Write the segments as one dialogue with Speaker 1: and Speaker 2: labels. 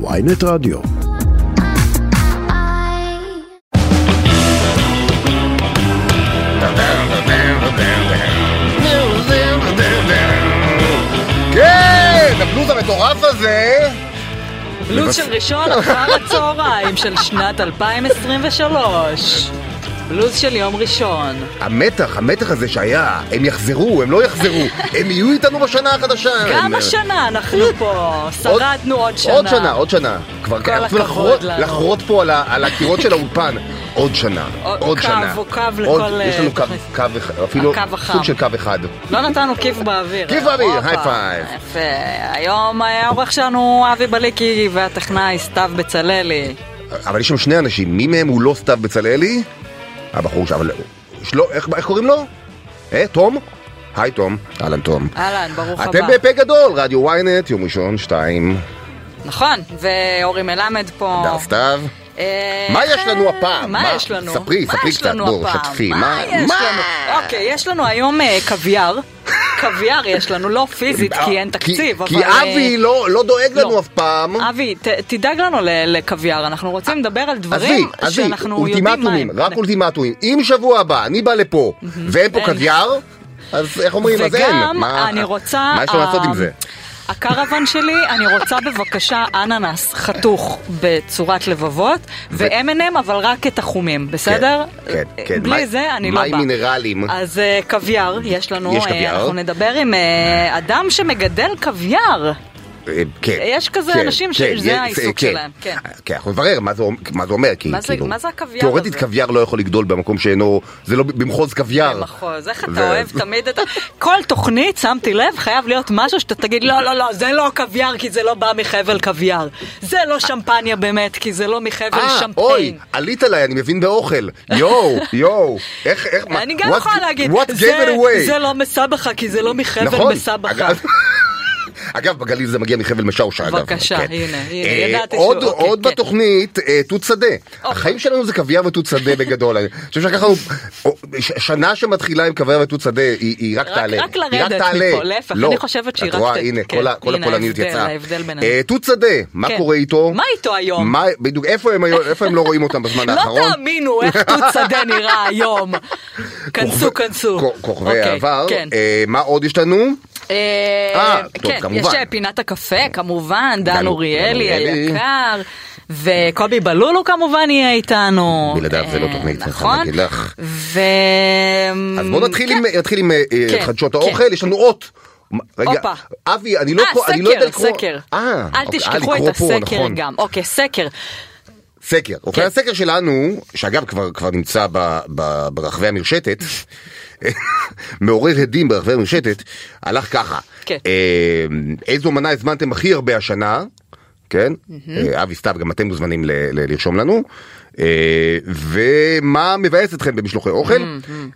Speaker 1: ויינט רדיו.
Speaker 2: כן, כן, הבלוז המטורף הזה.
Speaker 3: לו"ז של ראשון אחר הצהריים של שנת 2023. לו"ז של יום ראשון.
Speaker 2: כן, המתח, המתח הזה שהיה, הם יחזרו, הם לא יחזרו, הם יהיו איתנו בשנה החדשה.
Speaker 3: גם
Speaker 2: הם-
Speaker 3: השנה אנחנו פה,
Speaker 2: עוד-
Speaker 3: שרדנו עוד שנה.
Speaker 2: עוד שנה, עוד שנה. כבר
Speaker 3: כל
Speaker 2: אנחנו
Speaker 3: הכבוד
Speaker 2: לחרות-
Speaker 3: לנו.
Speaker 2: לחרות פה על ה- על הקירות של האולפן. עוד שנה,
Speaker 3: עוד
Speaker 2: עוד
Speaker 3: קו,
Speaker 2: שנה.
Speaker 3: הוא קו
Speaker 2: עוד-
Speaker 3: לכל,
Speaker 2: יש לנו
Speaker 3: אה,
Speaker 2: קו,
Speaker 3: תוכנית.
Speaker 2: קו אחד, אפילו
Speaker 3: הקו החם.
Speaker 2: סוג של קו אחד.
Speaker 3: לא נתנו כיף באוויר.
Speaker 2: כיף באוויר,
Speaker 3: הופה.
Speaker 2: high five.
Speaker 3: יפה. היום אה, העורך שלנו אבי בליקי והטכנאי סתיו בצללי.
Speaker 2: אבל יש שם שני אנשים, מי מהם הוא לא סתיו בצלאלי? הבחור שם, אבל... יש לו- איך איך קוראים לו? אה, תום? היי תום, אהלן תום.
Speaker 3: אהלן, ברוך הבא.
Speaker 2: אתם בפה גדול, רדיו ynet, יום ראשון, שתיים,
Speaker 3: נכון, ואורי מלמד פה.
Speaker 2: דף סתיו.
Speaker 3: אה,
Speaker 2: מה יש לנו הפעם?
Speaker 3: מה
Speaker 2: מה?
Speaker 3: יש לנו?
Speaker 2: ספרי,
Speaker 3: מה
Speaker 2: ספרי
Speaker 3: יש
Speaker 2: קצת,
Speaker 3: לנו
Speaker 2: בואו,
Speaker 3: הפעם?
Speaker 2: שתפי,
Speaker 3: מה
Speaker 2: מה-
Speaker 3: יש
Speaker 2: מה?
Speaker 3: לנו? אוקיי, יש לנו היום אה, קוויאר. קוויאר יש לנו, לא פיזית, כי אין תקציב, אבל...
Speaker 2: אה, כי
Speaker 3: אה,
Speaker 2: אבי לא לא דואג לנו
Speaker 3: לא.
Speaker 2: אף פעם.
Speaker 3: אבי, ת- תדאג לנו ל- לקוויאר, אנחנו רוצים לדבר על
Speaker 2: עזבי,
Speaker 3: דברים
Speaker 2: אה, עזבי,
Speaker 3: שאנחנו יודעים מה הם.
Speaker 2: אולטימטומים, רק אולטימטומים. אם שבוע הבא אני בא לפה ואין פה
Speaker 3: אין.
Speaker 2: קוויאר, אז איך אומרים, אז אין.
Speaker 3: אה, וגם
Speaker 2: מה-
Speaker 3: אני רוצה... אה,
Speaker 2: מה יש לו
Speaker 3: ה-
Speaker 2: לעשות עם זה?
Speaker 3: הקרוון שלי, אני רוצה בבקשה אננס חתוך בצורת לבבות, ו-M&M אבל רק את החומים, בסדר?
Speaker 2: כן, כן.
Speaker 3: בלי
Speaker 2: מה-
Speaker 3: זה אני לא באה.
Speaker 2: מים מינרלים.
Speaker 3: אז אה, קוויאר, יש לנו,
Speaker 2: יש
Speaker 3: אה,
Speaker 2: קוויאר.
Speaker 3: אנחנו נדבר עם אה, אדם שמגדל קוויאר.
Speaker 2: אה, כן.
Speaker 3: יש כזה
Speaker 2: כן,
Speaker 3: אנשים
Speaker 2: כן,
Speaker 3: שזה
Speaker 2: יש-
Speaker 3: העיסוק
Speaker 2: כן.
Speaker 3: שלהם, כן.
Speaker 2: כן, אנחנו נברר מה זה אומר- מה זה אומר, כי
Speaker 3: מה זה-
Speaker 2: כאילו...
Speaker 3: מה זה הקוויאר
Speaker 2: תיאורטית
Speaker 3: הזה?
Speaker 2: קוויאר לא יכול לגדול במקום שאינו... זה לא במחוז קוויאר.
Speaker 3: במחוז, איך
Speaker 2: ו-
Speaker 3: אתה אוהב תמיד את ה... כל תוכנית, שמתי לב, חייב להיות משהו שאתה תגיד, לא, לא, לא, זה לא קוויאר כי זה לא בא מחבל קוויאר. זה לא שמפניה באמת, כי זה לא מחבל
Speaker 2: אה, אוי,
Speaker 3: שמפיין.
Speaker 2: עלית עליי, אני מבין באוכל. יואו, יואו. איך, איך, מה-
Speaker 3: אני גם
Speaker 2: what-
Speaker 3: יכולה להגיד,
Speaker 2: what
Speaker 3: "זה-
Speaker 2: gave it away.
Speaker 3: זה לא מסבך כי זה לא מחבל
Speaker 2: נכון.
Speaker 3: מסבך.
Speaker 2: אגב- אגב, בגליל זה מגיע מחבל משאושה, אגב.
Speaker 3: בבקשה,
Speaker 2: כן.
Speaker 3: הנה, הנה,
Speaker 2: אה,
Speaker 3: ידעתי
Speaker 2: עוד-
Speaker 3: שהוא- אוקיי,
Speaker 2: עוד
Speaker 3: כן. אוקיי.
Speaker 2: בתוכנית, אה, תות שדה. החיים שלנו זה קוויאר ותות שדה בגדול. אני חושב שלקחנו או, ש- שנה שמתחילה עם קוויאר ותות שדה, היא היא רק
Speaker 3: רק-
Speaker 2: תעלה.
Speaker 3: רק
Speaker 2: היא
Speaker 3: לרדת
Speaker 2: תעלה.
Speaker 3: מפה, להפך,
Speaker 2: לא,
Speaker 3: אני חושבת שהיא
Speaker 2: את
Speaker 3: רק
Speaker 2: רואה,
Speaker 3: ת-
Speaker 2: הנה,
Speaker 3: כן,
Speaker 2: כל ה- כל
Speaker 3: הנה,
Speaker 2: הפולניות
Speaker 3: ההבדל,
Speaker 2: יצאה.
Speaker 3: ההבדל בינינו.
Speaker 2: אה, תות שדה, מה
Speaker 3: כן.
Speaker 2: קורה איתו?
Speaker 3: מה איתו היום?
Speaker 2: מה- בדיוק, איפה הם היום- איפה הם לא רואים אותם בזמן האחרון?
Speaker 3: לא תאמינו איך תות שדה נראה היום. כנסו,
Speaker 2: כוכבי-
Speaker 3: כנסו.
Speaker 2: כ- כוכבי
Speaker 3: אוקיי,
Speaker 2: העבר.
Speaker 3: כן.
Speaker 2: אה, מה עוד יש לנו?
Speaker 3: אה,
Speaker 2: טוב,
Speaker 3: כן,
Speaker 2: כמובן.
Speaker 3: יש אה, פינת הקפה, כמובן, דן
Speaker 2: דן
Speaker 3: אוריאלי
Speaker 2: אוריאלי.
Speaker 3: היקר. וקובי בלולו כמובן יהיה איתנו.
Speaker 2: בלעדיו זה לא
Speaker 3: אה,
Speaker 2: תוכנית, אני חייב
Speaker 3: נכון.
Speaker 2: להגיד לך.
Speaker 3: ו...
Speaker 2: אז בואו נתחיל
Speaker 3: כן.
Speaker 2: עם- נתחיל עם אה, אה,
Speaker 3: כן,
Speaker 2: חדשות
Speaker 3: כן.
Speaker 2: האוכל, יש לנו אות. רגע,
Speaker 3: הופה.
Speaker 2: אבי, אני לא
Speaker 3: אה,
Speaker 2: קורא- אני לא יודע
Speaker 3: סקר,
Speaker 2: לקרוא.
Speaker 3: סקר.
Speaker 2: אה,
Speaker 3: אל
Speaker 2: אוקיי,
Speaker 3: תשכחו
Speaker 2: לקרוא
Speaker 3: את
Speaker 2: פה,
Speaker 3: הסקר
Speaker 2: נכון.
Speaker 3: גם. אוקיי, סקר.
Speaker 2: סקר.
Speaker 3: כן.
Speaker 2: אוקיי, הסקר שלנו, שאגב כבר כבר נמצא ב- ב- ברחבי המרשתת, מעורר הדים ברחבי המרשתת, הלך ככה.
Speaker 3: כן.
Speaker 2: אה, איזו מנה הזמנתם הכי הרבה השנה? כן? אה, אבי סתיו, גם אתם מוזמנים ל- ל- לרשום לנו. אה, ומה מבאס אתכם במשלוחי אוכל?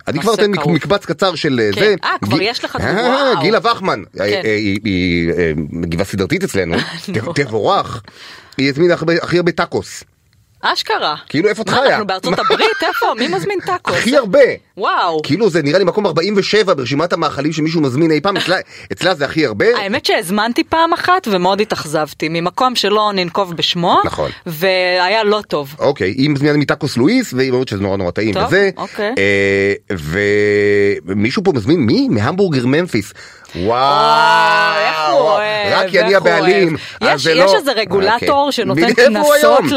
Speaker 2: אני כבר
Speaker 3: נושא
Speaker 2: אתן מק-
Speaker 3: כאוב.
Speaker 2: מקבץ קצר של אה,
Speaker 3: כן.
Speaker 2: זה.
Speaker 3: אה, כבר
Speaker 2: גיל-
Speaker 3: יש לך- כן.
Speaker 2: אה,
Speaker 3: וואו.
Speaker 2: גילה וחמן, אה, אה, היא- היא אה, מגיבה סדרתית אצלנו,
Speaker 3: לא.
Speaker 2: ת- תבורך. היא הזמינה הכי- הכי הרבה טאקוס.
Speaker 3: אשכרה.
Speaker 2: כאילו, איפה את
Speaker 3: מה,
Speaker 2: חיה?
Speaker 3: אנחנו בארצות
Speaker 2: מה?
Speaker 3: הברית? איפה? מי מזמין טאקו?
Speaker 2: הכי הרבה.
Speaker 3: וואו.
Speaker 2: כאילו זה נראה לי מקום 47 ברשימת המאכלים שמישהו מזמין אי פעם, אצלה- אצלה זה הכי הרבה.
Speaker 3: האמת שהזמנתי פעם אחת ומאוד התאכזבתי, ממקום שלא ננקוב בשמו,
Speaker 2: נכון.
Speaker 3: והיה לא טוב.
Speaker 2: אוקיי, היא מזמינה מטאקוס לואיס, והיא אומרת שזה נורא נורא טעים
Speaker 3: טוב,
Speaker 2: וזה.
Speaker 3: אוקיי.
Speaker 2: אה, ומישהו פה מזמין מי? מהמבורגר ממפיס. וואו.
Speaker 3: וואו, איך הוא אוהב,
Speaker 2: רק כי
Speaker 3: איך
Speaker 2: אני
Speaker 3: הוא
Speaker 2: הבעלים.
Speaker 3: אוהב.
Speaker 2: אז
Speaker 3: יש
Speaker 2: זה לא-
Speaker 3: יש איזה רגולטור
Speaker 2: אוקיי.
Speaker 3: שנותן
Speaker 2: בדיוק, איפה הוא
Speaker 3: קנסות
Speaker 2: היום?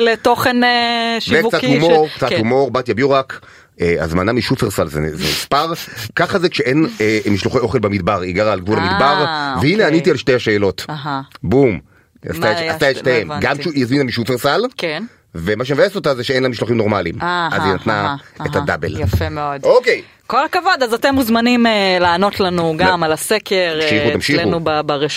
Speaker 3: ל- לתוכן אה, שיווקי.
Speaker 2: וקצת הומור,
Speaker 3: ש-
Speaker 2: קצת
Speaker 3: כן.
Speaker 2: הומור, בתיה ביורק. אה, הזמנה משופרסל זה זה נספר, ככה זה כשאין אה, משלוחי אוכל במדבר, היא גרה על גבול
Speaker 3: אה,
Speaker 2: המדבר, והנה
Speaker 3: אוקיי.
Speaker 2: עניתי על שתי השאלות.
Speaker 3: אהה.
Speaker 2: בום. עשתה את-
Speaker 3: היה-
Speaker 2: עשתה את
Speaker 3: לא
Speaker 2: שתיהם,
Speaker 3: הבנתי.
Speaker 2: גם שהיא הזמינה משופרסל,
Speaker 3: כן.
Speaker 2: ומה שמבאס אותה זה שאין לה משלוחים נורמליים,
Speaker 3: אהה,
Speaker 2: אז היא נתנה
Speaker 3: אהה,
Speaker 2: את
Speaker 3: אהה.
Speaker 2: הדאבל.
Speaker 3: אה, יפה מאוד.
Speaker 2: אוקיי,
Speaker 3: כל הכבוד, אז אתם מוזמנים אה, לענות לנו גם על הסקר אה,
Speaker 2: תמשיכו, תמשיכו.
Speaker 3: אצלנו ב-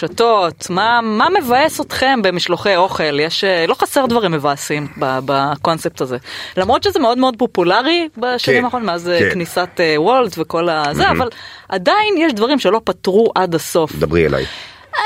Speaker 3: ברשתות. מה מה מבאס אתכם במשלוחי אוכל? יש, אה, לא חסר דברים מבאסים ב- בקונספט הזה. למרות שזה מאוד מאוד פופולרי בשנים
Speaker 2: כן,
Speaker 3: האחרונות, מאז אה,
Speaker 2: כן.
Speaker 3: כניסת אה, וולט וכל הזה, אבל עדיין יש דברים שלא פתרו עד הסוף.
Speaker 2: דברי אליי.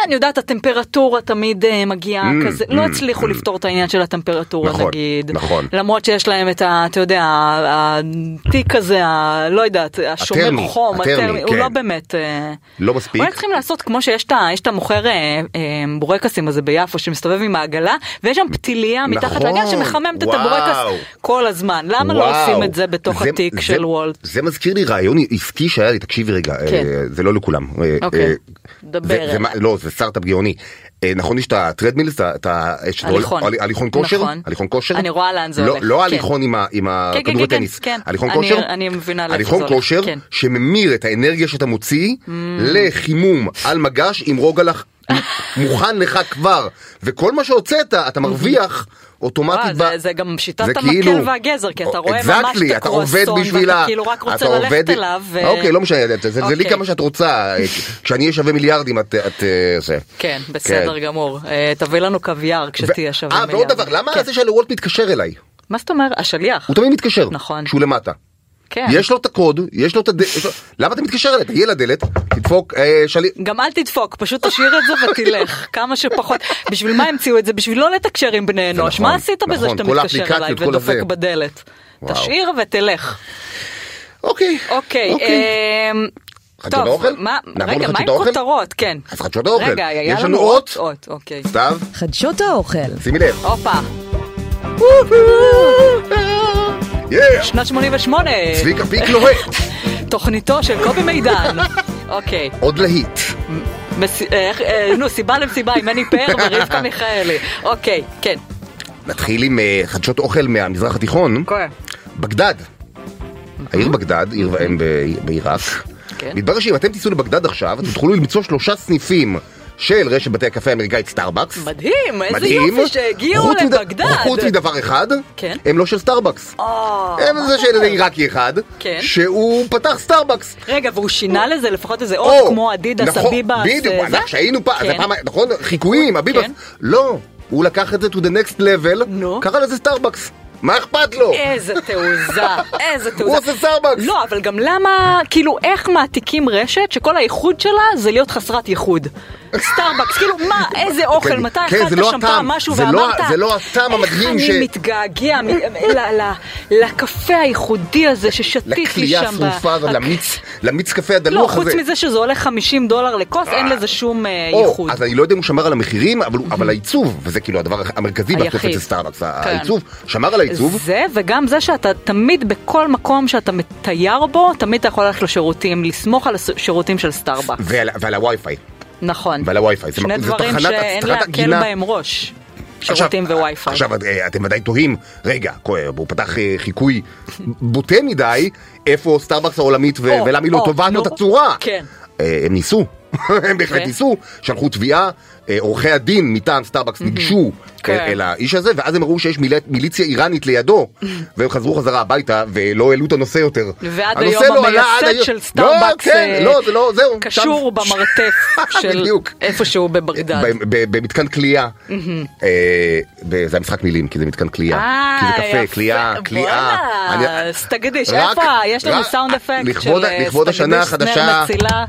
Speaker 3: אני יודעת, הטמפרטורה תמיד אה, מגיעה
Speaker 2: Mm,
Speaker 3: כזה, לא
Speaker 2: mm,
Speaker 3: הצליחו
Speaker 2: mm.
Speaker 3: לפתור את העניין של הטמפרטורה,
Speaker 2: נכון,
Speaker 3: נגיד.
Speaker 2: נכון.
Speaker 3: למרות שיש להם את ה... אתה יודע, ה- התיק הזה, ה- לא יודעת, השומר
Speaker 2: הטרמי,
Speaker 3: חום,
Speaker 2: הטרמי,
Speaker 3: הטרמי, הוא
Speaker 2: כן.
Speaker 3: לא באמת... אה,
Speaker 2: לא מספיק.
Speaker 3: אולי צריכים לעשות כמו שיש את ה- יש את המוכר אה, אה, בורקסים הזה ביפו שמסתובב עם העגלה ויש שם פתיליה מתחת
Speaker 2: נכון,
Speaker 3: לעגל שמחממת את
Speaker 2: וואו.
Speaker 3: הבורקס כל הזמן. למה לא
Speaker 2: וואו.
Speaker 3: עושים את זה בתוך
Speaker 2: זה-
Speaker 3: התיק
Speaker 2: זה-
Speaker 3: של וולט?
Speaker 2: זה מזכיר לי רעיון עסקי שהיה לי, תקשיבי רגע,
Speaker 3: כן.
Speaker 2: אה, זה לא לכולם. אה,
Speaker 3: אוקיי,
Speaker 2: אה,
Speaker 3: דבר
Speaker 2: זה-
Speaker 3: אליי.
Speaker 2: זה מה- לא, זה סטארט-אפ גאוני. אה, נכון יש את הטרדמילס, את ה- את ה- יש את
Speaker 3: הליכון.
Speaker 2: ההול- הליכון כושר?
Speaker 3: נכון.
Speaker 2: הליכון כושר?
Speaker 3: אני רואה לאן זה
Speaker 2: לא-
Speaker 3: הולך,
Speaker 2: לא
Speaker 3: כן.
Speaker 2: ההליכון עם ה- עם
Speaker 3: כן, כן,
Speaker 2: הכדורי
Speaker 3: כן,
Speaker 2: טניס.
Speaker 3: כן.
Speaker 2: הליכון
Speaker 3: אני-
Speaker 2: כושר?
Speaker 3: אני מבינה לאן
Speaker 2: הליכון
Speaker 3: זה הולך,
Speaker 2: כושר
Speaker 3: כן. Mm.
Speaker 2: שממיר את האנרגיה שאתה מוציא לחימום על מגש עם רוגלח מוכן לך כבר, וכל מה שהוצאת אתה מרוויח
Speaker 3: וואי,
Speaker 2: אוטומטית.
Speaker 3: אה, זה-
Speaker 2: ב-
Speaker 3: זה גם שיטת
Speaker 2: זה כאילו-
Speaker 3: המקל והגזר, כי אתה רואה ממש
Speaker 2: Exactly,
Speaker 3: את
Speaker 2: אתה עובד
Speaker 3: הקרואסון,
Speaker 2: בשביל
Speaker 3: ואתה
Speaker 2: ה-
Speaker 3: כאילו רק רוצה
Speaker 2: אתה
Speaker 3: ללכת
Speaker 2: עובד-
Speaker 3: אליו, ו-
Speaker 2: אוקיי, לא משנה, זה- זה לי
Speaker 3: אוקיי.
Speaker 2: כמה שאת רוצה, כשאני אהיה שווה מיליארדים את... את, אה, זה.
Speaker 3: כן, בסדר גמור. אה, תביא לנו קוויאר כשתהיה
Speaker 2: ו-
Speaker 3: שווה
Speaker 2: אה, ועוד דבר, למה
Speaker 3: כן.
Speaker 2: זה שהלוולט מתקשר אליי?
Speaker 3: מה זאת אומרת? השליח.
Speaker 2: הוא תמיד מתקשר.
Speaker 3: נכון.
Speaker 2: כשהוא למטה.
Speaker 3: כן.
Speaker 2: יש לו את הקוד, יש לו את הד... יש לו- למה אתה מתקשר אליי? תגיע לדלת, תדפוק, אה, שלי...
Speaker 3: גם אל תדפוק, פשוט תשאיר את זה ותלך, כמה שפחות. בשביל מה המציאו את זה? בשביל לא לתקשר עם בני
Speaker 2: זה
Speaker 3: אנוש.
Speaker 2: נכון,
Speaker 3: מה עשית בזה
Speaker 2: נכון,
Speaker 3: שאתה
Speaker 2: כל
Speaker 3: מתקשר אליי
Speaker 2: האפליקציות, כל
Speaker 3: ודופק
Speaker 2: הזה.
Speaker 3: בדלת?
Speaker 2: וואו.
Speaker 3: תשאיר ותלך.
Speaker 2: אוקיי.
Speaker 3: אוקיי, אמ,
Speaker 2: חדשות
Speaker 3: טוב,
Speaker 2: האוכל?
Speaker 3: מה-
Speaker 2: נעבור
Speaker 3: רגע, מה
Speaker 2: לחדשות
Speaker 3: עם
Speaker 2: האוכל?
Speaker 3: כותרות? כן.
Speaker 2: אז חדשות האוכל.
Speaker 3: רגע, היה
Speaker 2: יש
Speaker 3: לנו
Speaker 2: לנו אות.
Speaker 3: אות, אוקיי.
Speaker 2: סתיו,
Speaker 1: חדשות האוכל.
Speaker 2: שימי לב.
Speaker 3: הופה,
Speaker 2: יאה!
Speaker 3: שנת 88,
Speaker 2: צביקה פיק לוהט,
Speaker 3: תוכניתו של קובי מידן. אוקיי,
Speaker 2: עוד להיט.
Speaker 3: מס- איך- אה, נו, סיבה למסיבה עם מני פאר ורבקה מיכאלי. אוקיי, כן.
Speaker 2: נתחיל עם אה, חדשות אוכל מהמזרח התיכון.
Speaker 3: כואב.
Speaker 2: בגדד. העיר בגדד, עיר ואם ב- בעיראק.
Speaker 3: אוקיי. כן.
Speaker 2: מתברר שאם אתם תיסעו לבגדד עכשיו, אתם תוכלו למצוא שלושה סניפים של רשת בתי הקפה האמריקאית סטארבקס.
Speaker 3: מדהים, איזה
Speaker 2: מדהים.
Speaker 3: יופי שהגיעו
Speaker 2: חוץ מד-
Speaker 3: לבגדד.
Speaker 2: חוץ מדבר אחד,
Speaker 3: כן.
Speaker 2: הם לא של סטארבקס.
Speaker 3: אה,
Speaker 2: הם
Speaker 3: מה
Speaker 2: זה
Speaker 3: אתה
Speaker 2: של
Speaker 3: אומר?
Speaker 2: עיראקי אחד,
Speaker 3: כן.
Speaker 2: שהוא פתח סטארבקס.
Speaker 3: רגע, והוא שינה לזה לפחות איזה אות כמו אדידס,
Speaker 2: נכון,
Speaker 3: אביבס,
Speaker 2: בדיוק,
Speaker 3: אה, זה?
Speaker 2: אנחנו שהיינו פעם, זה
Speaker 3: כן.
Speaker 2: פעם, נכון, חיקויים, אביבס.
Speaker 3: כן.
Speaker 2: לא, הוא לקח את זה to the next level,
Speaker 3: נו.
Speaker 2: קרא לזה סטארבקס. מה אכפת לו?
Speaker 3: איזה תעוזה, איזה תעוזה.
Speaker 2: הוא עושה סטארבקס.
Speaker 3: לא, אבל גם למה, כאילו, איך מעתיקים רשת שכל הייחוד שלה זה להיות חסרת ייחוד? סטארבקס, כאילו, מה, איזה אוכל,
Speaker 2: כן,
Speaker 3: מתי
Speaker 2: כן,
Speaker 3: אכלת
Speaker 2: זה לא
Speaker 3: שם
Speaker 2: הטעם.
Speaker 3: פעם משהו
Speaker 2: זה לא-
Speaker 3: ואמרת,
Speaker 2: זה לא הטעם המדהים
Speaker 3: איך
Speaker 2: ש-
Speaker 3: אני מתגעגע מ- ל- ל- לקפה הייחודי הזה ששתיתי
Speaker 2: לקליעה
Speaker 3: שם. ב-
Speaker 2: השרופה הזאת, למיץ, למיץ קפה
Speaker 3: לא,
Speaker 2: הדלוח הזה.
Speaker 3: חוץ מזה שזה עולה 50 דולר לכוס, אין לזה שום אה,
Speaker 2: או,
Speaker 3: ייחוד.
Speaker 2: אז אני לא יודע אם הוא שמר על המחירים, אבל, הוא- אבל העיצוב, וזה כאילו הדבר המרכזי
Speaker 3: Mhm. היחיד. כן.
Speaker 2: בהתקפת של סטארבקס, העיצוב, שמר על העיצוב,
Speaker 3: זה, וגם זה שאתה תמיד בכל מקום שאתה מתייר בו, תמיד אתה יכול ללכת לשירותים, לסמוך על השירותים של סטארבקס.
Speaker 2: ועל, ועל הווי-פיי,
Speaker 3: נכון.
Speaker 2: ועל הווי-פיי. זה
Speaker 3: שני
Speaker 2: מקום- זה
Speaker 3: דברים
Speaker 2: תחנת-
Speaker 3: שאין
Speaker 2: תחנת
Speaker 3: להקל
Speaker 2: הגינה.
Speaker 3: בהם ראש.
Speaker 2: עכשיו,
Speaker 3: שירותים ווי-פיי.
Speaker 2: עכשיו את- אה, אתם ודאי תוהים, רגע, כואב, הוא פתח אה, חיקוי בוטה מדי, איפה סטארבקס העולמית ו-
Speaker 3: או,
Speaker 2: ולמה היא לא
Speaker 3: או,
Speaker 2: תובעת לו
Speaker 3: נו.
Speaker 2: את הצורה.
Speaker 3: כן.
Speaker 2: אה, הם ניסו, הם בהחלט
Speaker 3: כן.
Speaker 2: ניסו, שלחו תביעה, אה, עורכי הדין מטעם סטארבקס ניגשו
Speaker 3: כן.
Speaker 2: אה, אל האיש הזה, ואז הם ראו שיש מיל- מיליציה איראנית לידו, והם חזרו חזרה הביתה ולא העלו את הנושא יותר.
Speaker 3: ועד
Speaker 2: הנושא
Speaker 3: היום
Speaker 2: לא עלה
Speaker 3: המייסד
Speaker 2: עד היום-
Speaker 3: של סטארבקס,
Speaker 2: לא,
Speaker 3: אה,
Speaker 2: כן, לא, זה לא, זהו. שם-
Speaker 3: קשור במרתף של
Speaker 2: בדיוק.
Speaker 3: איפשהו בבגדד.
Speaker 2: ב- ב- במתקן כליאה, אה, ב- זה המשחק מילים, כי זה מתקן כליאה,
Speaker 3: אה,
Speaker 2: כי זה קפה,
Speaker 3: יפה.
Speaker 2: כליאה,
Speaker 3: בואנה,
Speaker 2: כליאה. אני-
Speaker 3: סטגדיש,
Speaker 2: רק-
Speaker 3: איפה? ה- יש לנו
Speaker 2: רק-
Speaker 3: סאונד אפקט של
Speaker 2: לכבוד ה-
Speaker 3: אה,
Speaker 2: לכבוד השנה
Speaker 3: סטגדיש, סנר
Speaker 2: החדשה,
Speaker 3: מצילה.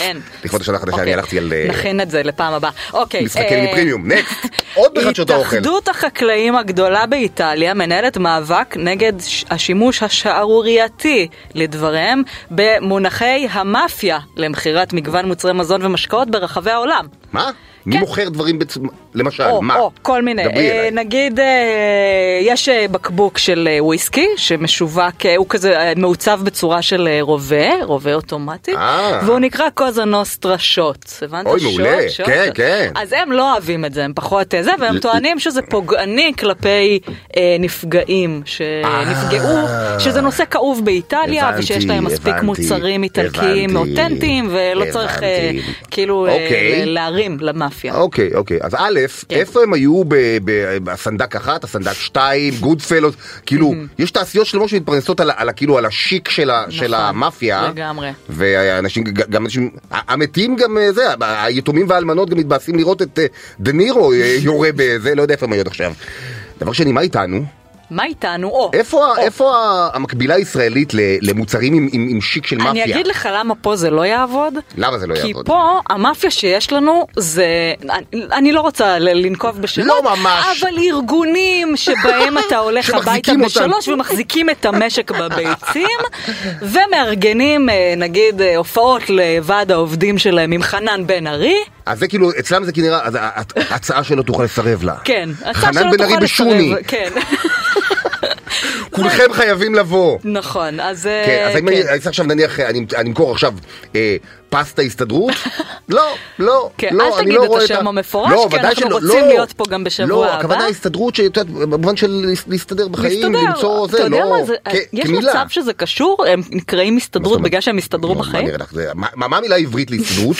Speaker 3: אין.
Speaker 2: לכבוד השנה החדשה, אני
Speaker 3: אוקיי.
Speaker 2: הלכתי על, אה,
Speaker 3: נכין את זה לפעם הבאה. אוקיי.
Speaker 2: משחקי
Speaker 3: אה,
Speaker 2: מיני פרימיום, נקסט, עוד בחדשות האוכל.
Speaker 3: התאחדות החקלאים הגדולה באיטליה מנהלת מאבק נגד ש- השימוש השערורייתי, לדבריהם, במונחי המאפיה למכירת מגוון מוצרי מזון ומשקאות ברחבי העולם.
Speaker 2: מה? מי
Speaker 3: כן.
Speaker 2: מוכר דברים, בצ- למשל,
Speaker 3: או,
Speaker 2: אה, מה?
Speaker 3: או, כל מיני.
Speaker 2: דברי
Speaker 3: אה,
Speaker 2: אליי.
Speaker 3: נגיד, אה, יש אה, בקבוק של אה, וויסקי, שמשווק, אה, הוא כזה אה, מעוצב בצורה של אה, רובה, רובה אוטומטי,
Speaker 2: אה.
Speaker 3: והוא נקרא קוזה נוסטרה שוט. הבנת?
Speaker 2: אוי,
Speaker 3: שוט,
Speaker 2: מעולה.
Speaker 3: שוט.
Speaker 2: כן, כן.
Speaker 3: אז הם לא אוהבים את זה, הם פחות אה, זה, והם
Speaker 2: ל-
Speaker 3: טוענים שזה פוגעני כלפי אה, נפגעים שנפגעו,
Speaker 2: אה.
Speaker 3: שזה נושא כאוב באיטליה,
Speaker 2: הבנתי,
Speaker 3: וששיש להם מספיק
Speaker 2: הבנתי,
Speaker 3: מוצרים איטלקיים
Speaker 2: הבנתי,
Speaker 3: אותנטיים, ולא צריך אה,
Speaker 2: הבנתי.
Speaker 3: כאילו אה,
Speaker 2: אוקיי.
Speaker 3: להרים למאפיה.
Speaker 2: אוקיי, אוקיי, אז א',
Speaker 3: כן.
Speaker 2: איפה הם היו ב- ב- בסנדק אחת, הסנדק שתיים, גוד פלוס, כאילו, יש תעשיות שלמות שמתפרנסות על ה- על ה- כאילו, על השיק של ה- של המאפיה.
Speaker 3: נכון, לגמרי.
Speaker 2: ואנשים, ג- גם אנשים, ה- המתים גם אה, זה, ה- היתומים והאלמנות גם מתבאסים לראות את אה, דה נירו אה, יורה בזה, לא יודע איפה הם היו עד עכשיו. דבר שני, מה איתנו?
Speaker 3: מה איתנו? או.
Speaker 2: איפה,
Speaker 3: או.
Speaker 2: ה- איפה ה- המקבילה הישראלית ל- למוצרים עם, עם, עם שיק של מאפיה?
Speaker 3: אני אגיד לך למה פה זה לא יעבוד.
Speaker 2: למה זה לא
Speaker 3: כי
Speaker 2: יעבוד?
Speaker 3: פה המאפיה שיש לנו זה, אני- אני לא רוצה ל- לנקוב בשמות,
Speaker 2: לא ממש.
Speaker 3: אבל ארגונים שבהם אתה הולך הביתה
Speaker 2: שמחזיקים אותנו.
Speaker 3: בשלוש ומחזיקים את המשק בביצים, ומארגנים אה, נגיד אה, הופעות לוועד העובדים שלהם עם חנן בן ארי.
Speaker 2: אז זה כאילו, אצלם זה כנראה, אז ה- ההצעה שלא תוכל לסרב לה.
Speaker 3: כן, הצעה שלא
Speaker 2: חנן בן ארי
Speaker 3: תוכל
Speaker 2: בשוני,
Speaker 3: לסרב, כן,
Speaker 2: כולכם חייבים לבוא.
Speaker 3: נכון, אז... אה,
Speaker 2: כן, אז אם אני
Speaker 3: כן.
Speaker 2: אני צריך עכשיו נניח, אה, אני אני אמכור עכשיו אה, פסטה הסתדרות? לא, לא,
Speaker 3: כן,
Speaker 2: לא,
Speaker 3: אל
Speaker 2: אני
Speaker 3: תגיד
Speaker 2: לא
Speaker 3: את
Speaker 2: רואה
Speaker 3: השם
Speaker 2: ה-
Speaker 3: המפורש,
Speaker 2: לא,
Speaker 3: כי
Speaker 2: ודאי
Speaker 3: אנחנו
Speaker 2: שלא,
Speaker 3: רוצים
Speaker 2: לא.
Speaker 3: להיות פה גם בשבוע
Speaker 2: לא,
Speaker 3: הבא.
Speaker 2: הכוונה ההסתדרות, שאת יודעת, במובן של להס- להסתדר בחיים,
Speaker 3: להסתדר.
Speaker 2: למצוא זה,
Speaker 3: אתה יודע
Speaker 2: לא,
Speaker 3: מה זה,
Speaker 2: כ-
Speaker 3: יש
Speaker 2: כמילה.
Speaker 3: מצב שזה קשור, הם נקראים
Speaker 2: מה זאת
Speaker 3: הסתדרות
Speaker 2: אומרת?
Speaker 3: בגלל שהם הסתדרו
Speaker 2: לא, מה
Speaker 3: בחיים?
Speaker 2: נראה לך? זה- מה- מה מה המילה העברית להסתדרות?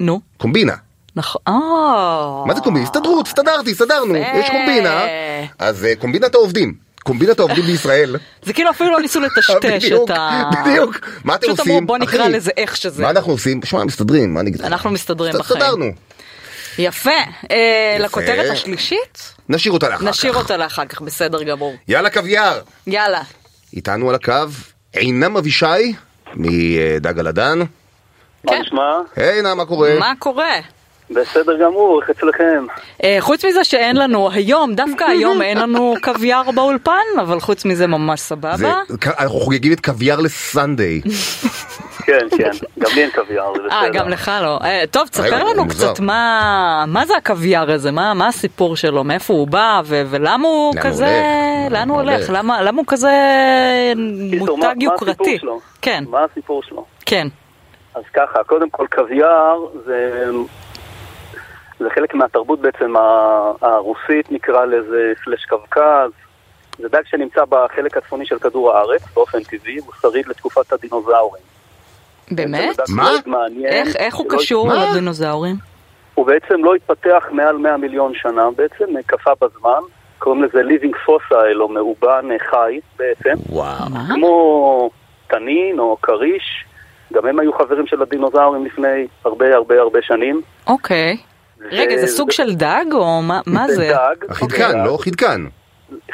Speaker 3: נו,
Speaker 2: קומבינה.
Speaker 3: נכון, אה.
Speaker 2: מה זה קומבינה? הסתדרות, הסתדרתי, הסתדרנו,
Speaker 3: יפה.
Speaker 2: יש קומבינה. אז אה, קומבינת העובדים. קומבינת העובדים בישראל. אה,
Speaker 3: זה כאילו אפילו לא ניסו לטשטש
Speaker 2: בדיוק,
Speaker 3: את ה...
Speaker 2: בדיוק. מה אתם
Speaker 3: פשוט
Speaker 2: עושים?
Speaker 3: אמרו, בוא נקרא
Speaker 2: אחי,
Speaker 3: לזה איך שזה.
Speaker 2: מה אנחנו עושים? שמע, מסתדרים, מה אני אגיד לך?
Speaker 3: אנחנו מסתדרים
Speaker 2: הסת-
Speaker 3: בחיים.
Speaker 2: הסתדרנו.
Speaker 3: יפה. אה,
Speaker 2: יפה.
Speaker 3: לכותרת השלישית?
Speaker 2: נשאיר אותה לאחר
Speaker 3: נשאיר
Speaker 2: כך.
Speaker 3: אותה לאחר כך, בסדר גמור.
Speaker 2: יאללה קוויאר.
Speaker 3: יאללה.
Speaker 2: איתנו על הקו עינם אבישי מדג על הדן.
Speaker 1: מה
Speaker 3: כן.
Speaker 1: נשמע?
Speaker 2: היי עינם, מה קורה?
Speaker 3: מה קורה?
Speaker 1: בסדר גמור, איך אצלכם?
Speaker 3: אה, חוץ מזה שאין לנו היום, דווקא היום אין לנו קוויאר באולפן, אבל חוץ מזה ממש
Speaker 2: זה-
Speaker 3: סבבה.
Speaker 2: אנחנו חוגגים את קוויאר לסנדיי.
Speaker 1: כן, כן, גם לי אין קוויאר, זה
Speaker 3: אה,
Speaker 1: בסדר.
Speaker 3: גם לך לא. אה, טוב,
Speaker 2: רגע,
Speaker 3: תספר לנו
Speaker 2: מוזר.
Speaker 3: קצת מה מה זה הקוויאר הזה, מה מה הסיפור שלו, מאיפה הוא בא, ו- ולמה הוא
Speaker 2: לאן הוא
Speaker 3: כזה,
Speaker 2: הולך?
Speaker 3: לאן הוא הולך, למה למה הוא כזה
Speaker 1: קיצור, מה-
Speaker 3: מותג יוקרתי.
Speaker 1: מה הסיפור שלו?
Speaker 3: כן,
Speaker 1: מה הסיפור שלו?
Speaker 3: כן.
Speaker 1: אז ככה, קודם כל קוויאר זה... זה חלק מהתרבות בעצם ה- הרוסית, נקרא לזה, סלש קווקז. זה דג שנמצא בחלק הצפוני של כדור הארץ, באופן טבעי, הוא שריד לתקופת הדינוזאורים.
Speaker 3: באמת?
Speaker 1: זה דג
Speaker 2: מה?
Speaker 1: מאוד מעניין,
Speaker 3: איך איך הוא
Speaker 1: שלא
Speaker 3: קשור
Speaker 2: מה?
Speaker 3: לדינוזאורים?
Speaker 1: הוא בעצם לא התפתח מעל 100 מיליון שנה בעצם, קפא בזמן, קוראים לזה living fossil או מאובן אה, חי בעצם,
Speaker 2: וואו.
Speaker 3: מה?
Speaker 1: כמו תנין או כריש, גם הם היו חברים של הדינוזאורים לפני הרבה הרבה הרבה שנים.
Speaker 3: אוקיי. רגע, זה סוג של דג או מה- מה זה?
Speaker 1: דג,
Speaker 3: אוקיי.
Speaker 2: החדקן, לא? חדקן.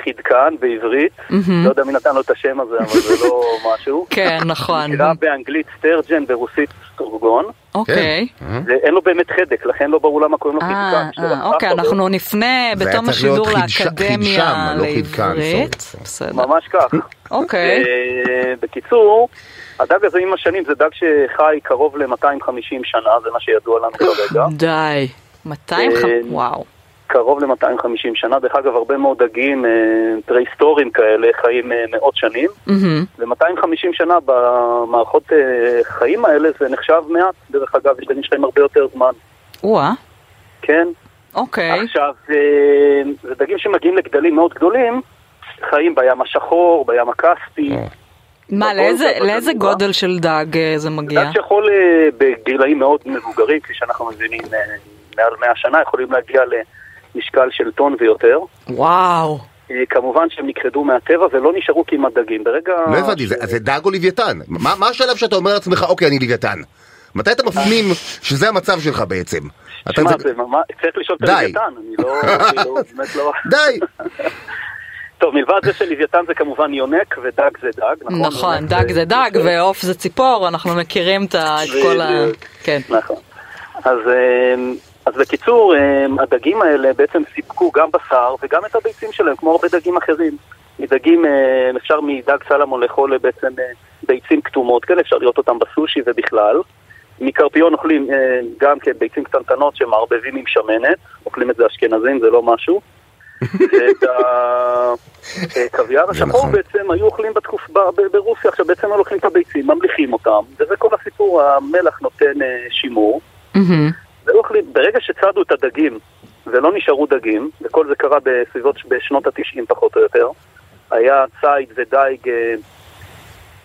Speaker 1: חדקן בעברית,
Speaker 3: מהמם.
Speaker 1: לא יודע מי נתן לו את השם הזה, אבל זה לא משהו.
Speaker 3: כן, נכון.
Speaker 1: נקרא באנגלית סטרג'ן, ברוסית סטורגון,
Speaker 3: אוקיי.
Speaker 2: כן. אה.
Speaker 1: ואין לו באמת חדק, לכן לא ברור למה קוראים לו
Speaker 3: אה,
Speaker 1: חדקן. יש לו רק
Speaker 3: אה, אוקיי,
Speaker 1: אף, אבל-
Speaker 3: אנחנו נפנה
Speaker 2: זה היה
Speaker 3: בתום
Speaker 2: צריך להיות
Speaker 3: השידור
Speaker 2: חידש-
Speaker 3: לאקדמיה
Speaker 2: חידשם, לא חדקן,
Speaker 3: לעברית.
Speaker 2: סורי.
Speaker 3: בסדר.
Speaker 1: ממש כך.
Speaker 3: אוקיי.
Speaker 1: אה, בקיצור, הדג הזה עם השנים זה דג שחי קרוב ל-250 שנה, זה מה שידוע לנו כרגע.
Speaker 3: די. 200?
Speaker 1: אה,
Speaker 3: וואו.
Speaker 1: קרוב ל-250 שנה, דרך אגב הרבה מאוד דגים אה, פרה-היסטוריים כאלה חיים אה, מאות שנים,
Speaker 3: מהמם.
Speaker 1: ו-250 שנה במערכות אה, חיים האלה זה נחשב מעט, דרך אגב, יש דגים שחיים הרבה יותר זמן,
Speaker 3: וואה.
Speaker 1: כן?
Speaker 3: אוקיי.
Speaker 1: עכשיו, אה, זה דגים שמגיעים לגדלים מאוד גדולים, חיים בים השחור, בים הכספי,
Speaker 3: מה,
Speaker 1: נכון,
Speaker 3: לאיזה-
Speaker 1: זה
Speaker 3: לאיזה
Speaker 1: בגובה.
Speaker 3: גודל של דג אה, זה מגיע?
Speaker 1: דג שיכול אה, בגילאים מאוד מבוגרים, כפי שאנחנו מבינים, אה, מעל 100 שנה, יכולים להגיע למשקל של טון ויותר.
Speaker 3: וואו.
Speaker 1: אה, כמובן שהם נכחדו מהטבע ולא נשארו כמעט דגים. ברגע...
Speaker 2: לא הבנתי, זה- זה דג או לוויתן? מה מה השלב שאתה אומר לעצמך, אוקיי, אני לוויתן? מתי אתה מפנים שזה המצב שלך בעצם? אתה-
Speaker 1: שמע, זה ממש... צריך לשאול את
Speaker 2: די.
Speaker 1: הלוויתן, אני לא... כאילו, באמת לא...
Speaker 2: די!
Speaker 1: טוב, מלבד זה שלוויתן זה כמובן יונק ודג זה דג, נכון?
Speaker 3: נכון,
Speaker 1: יונק
Speaker 3: דג זה דג ועוף זה ציפור, אנחנו מכירים את ה- את כל ה...
Speaker 1: בדיוק.
Speaker 3: כן.
Speaker 1: נכון. אז, אמ, אז בקיצור, אמ, הדגים האלה בעצם סיפקו גם בשר וגם את הביצים שלהם, כמו הרבה דגים אחרים. מדגים, אמ, אפשר מדג סלמון לאכול בעצם אמ, ביצים כתומות כאלה, אפשר לראות אותם בסושי ובכלל. מקרפיון אוכלים אמ, גם כן ביצים קטנטנות שמערבבים עם שמנת, אוכלים את זה אשכנזים, זה לא משהו. ואת הקוויאר
Speaker 2: זה
Speaker 1: השחור
Speaker 2: נכון.
Speaker 1: בעצם היו אוכלים בתקופ... ב... ב... ברוסיה, עכשיו בעצם היו לוקחים את הביצים, ממליכים אותם, וזה כל הסיפור, המלח נותן אה, שימור.
Speaker 3: מהמם.
Speaker 1: והיו אוכלים, ברגע שצדו את הדגים ולא נשארו דגים, וכל זה קרה בסביבות ש- בשנות התשעים פחות או יותר, היה ציד ודיג, אה,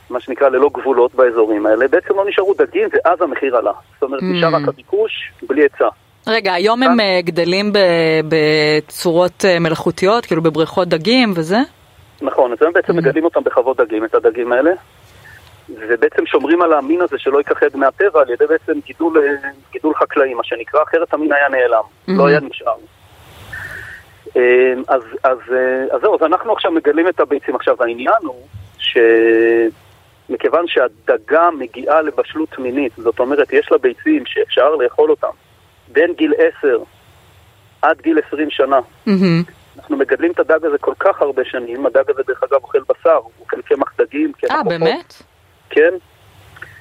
Speaker 1: מה שנקרא, ללא גבולות באזורים האלה, בעצם לא נשארו דגים ואז המחיר עלה. זאת אומרת, נשאר רק הביקוש בלי היצע.
Speaker 3: רגע, היום הם אה, גדלים ב- בצורות אה, מלאכותיות, כאילו בבריכות דגים וזה?
Speaker 1: נכון, אז הם בעצם מגדלים אותם בחוות דגים, את הדגים האלה, ובעצם שומרים על המין הזה שלא ייכחד מהטבע על ידי בעצם גידול, אה, גידול חקלאי, מה שנקרא, אחרת המין היה נעלם, לא היה נשאר. אה, אז, אז, אה, אז זהו, אז אנחנו עכשיו מגלים את הביצים. עכשיו, העניין הוא שמכיוון שהדגה מגיעה לבשלות מינית, זאת אומרת, יש לה ביצים שאפשר לאכול אותם בין גיל 10 עד גיל 20 שנה.
Speaker 3: מהמם.
Speaker 1: אנחנו מגדלים את הדג הזה כל כך הרבה שנים, הדג הזה דרך אגב אוכל בשר, הוא אוכל קמח דגים, קמח
Speaker 3: אה,
Speaker 1: עופות.
Speaker 3: באמת?
Speaker 1: כן.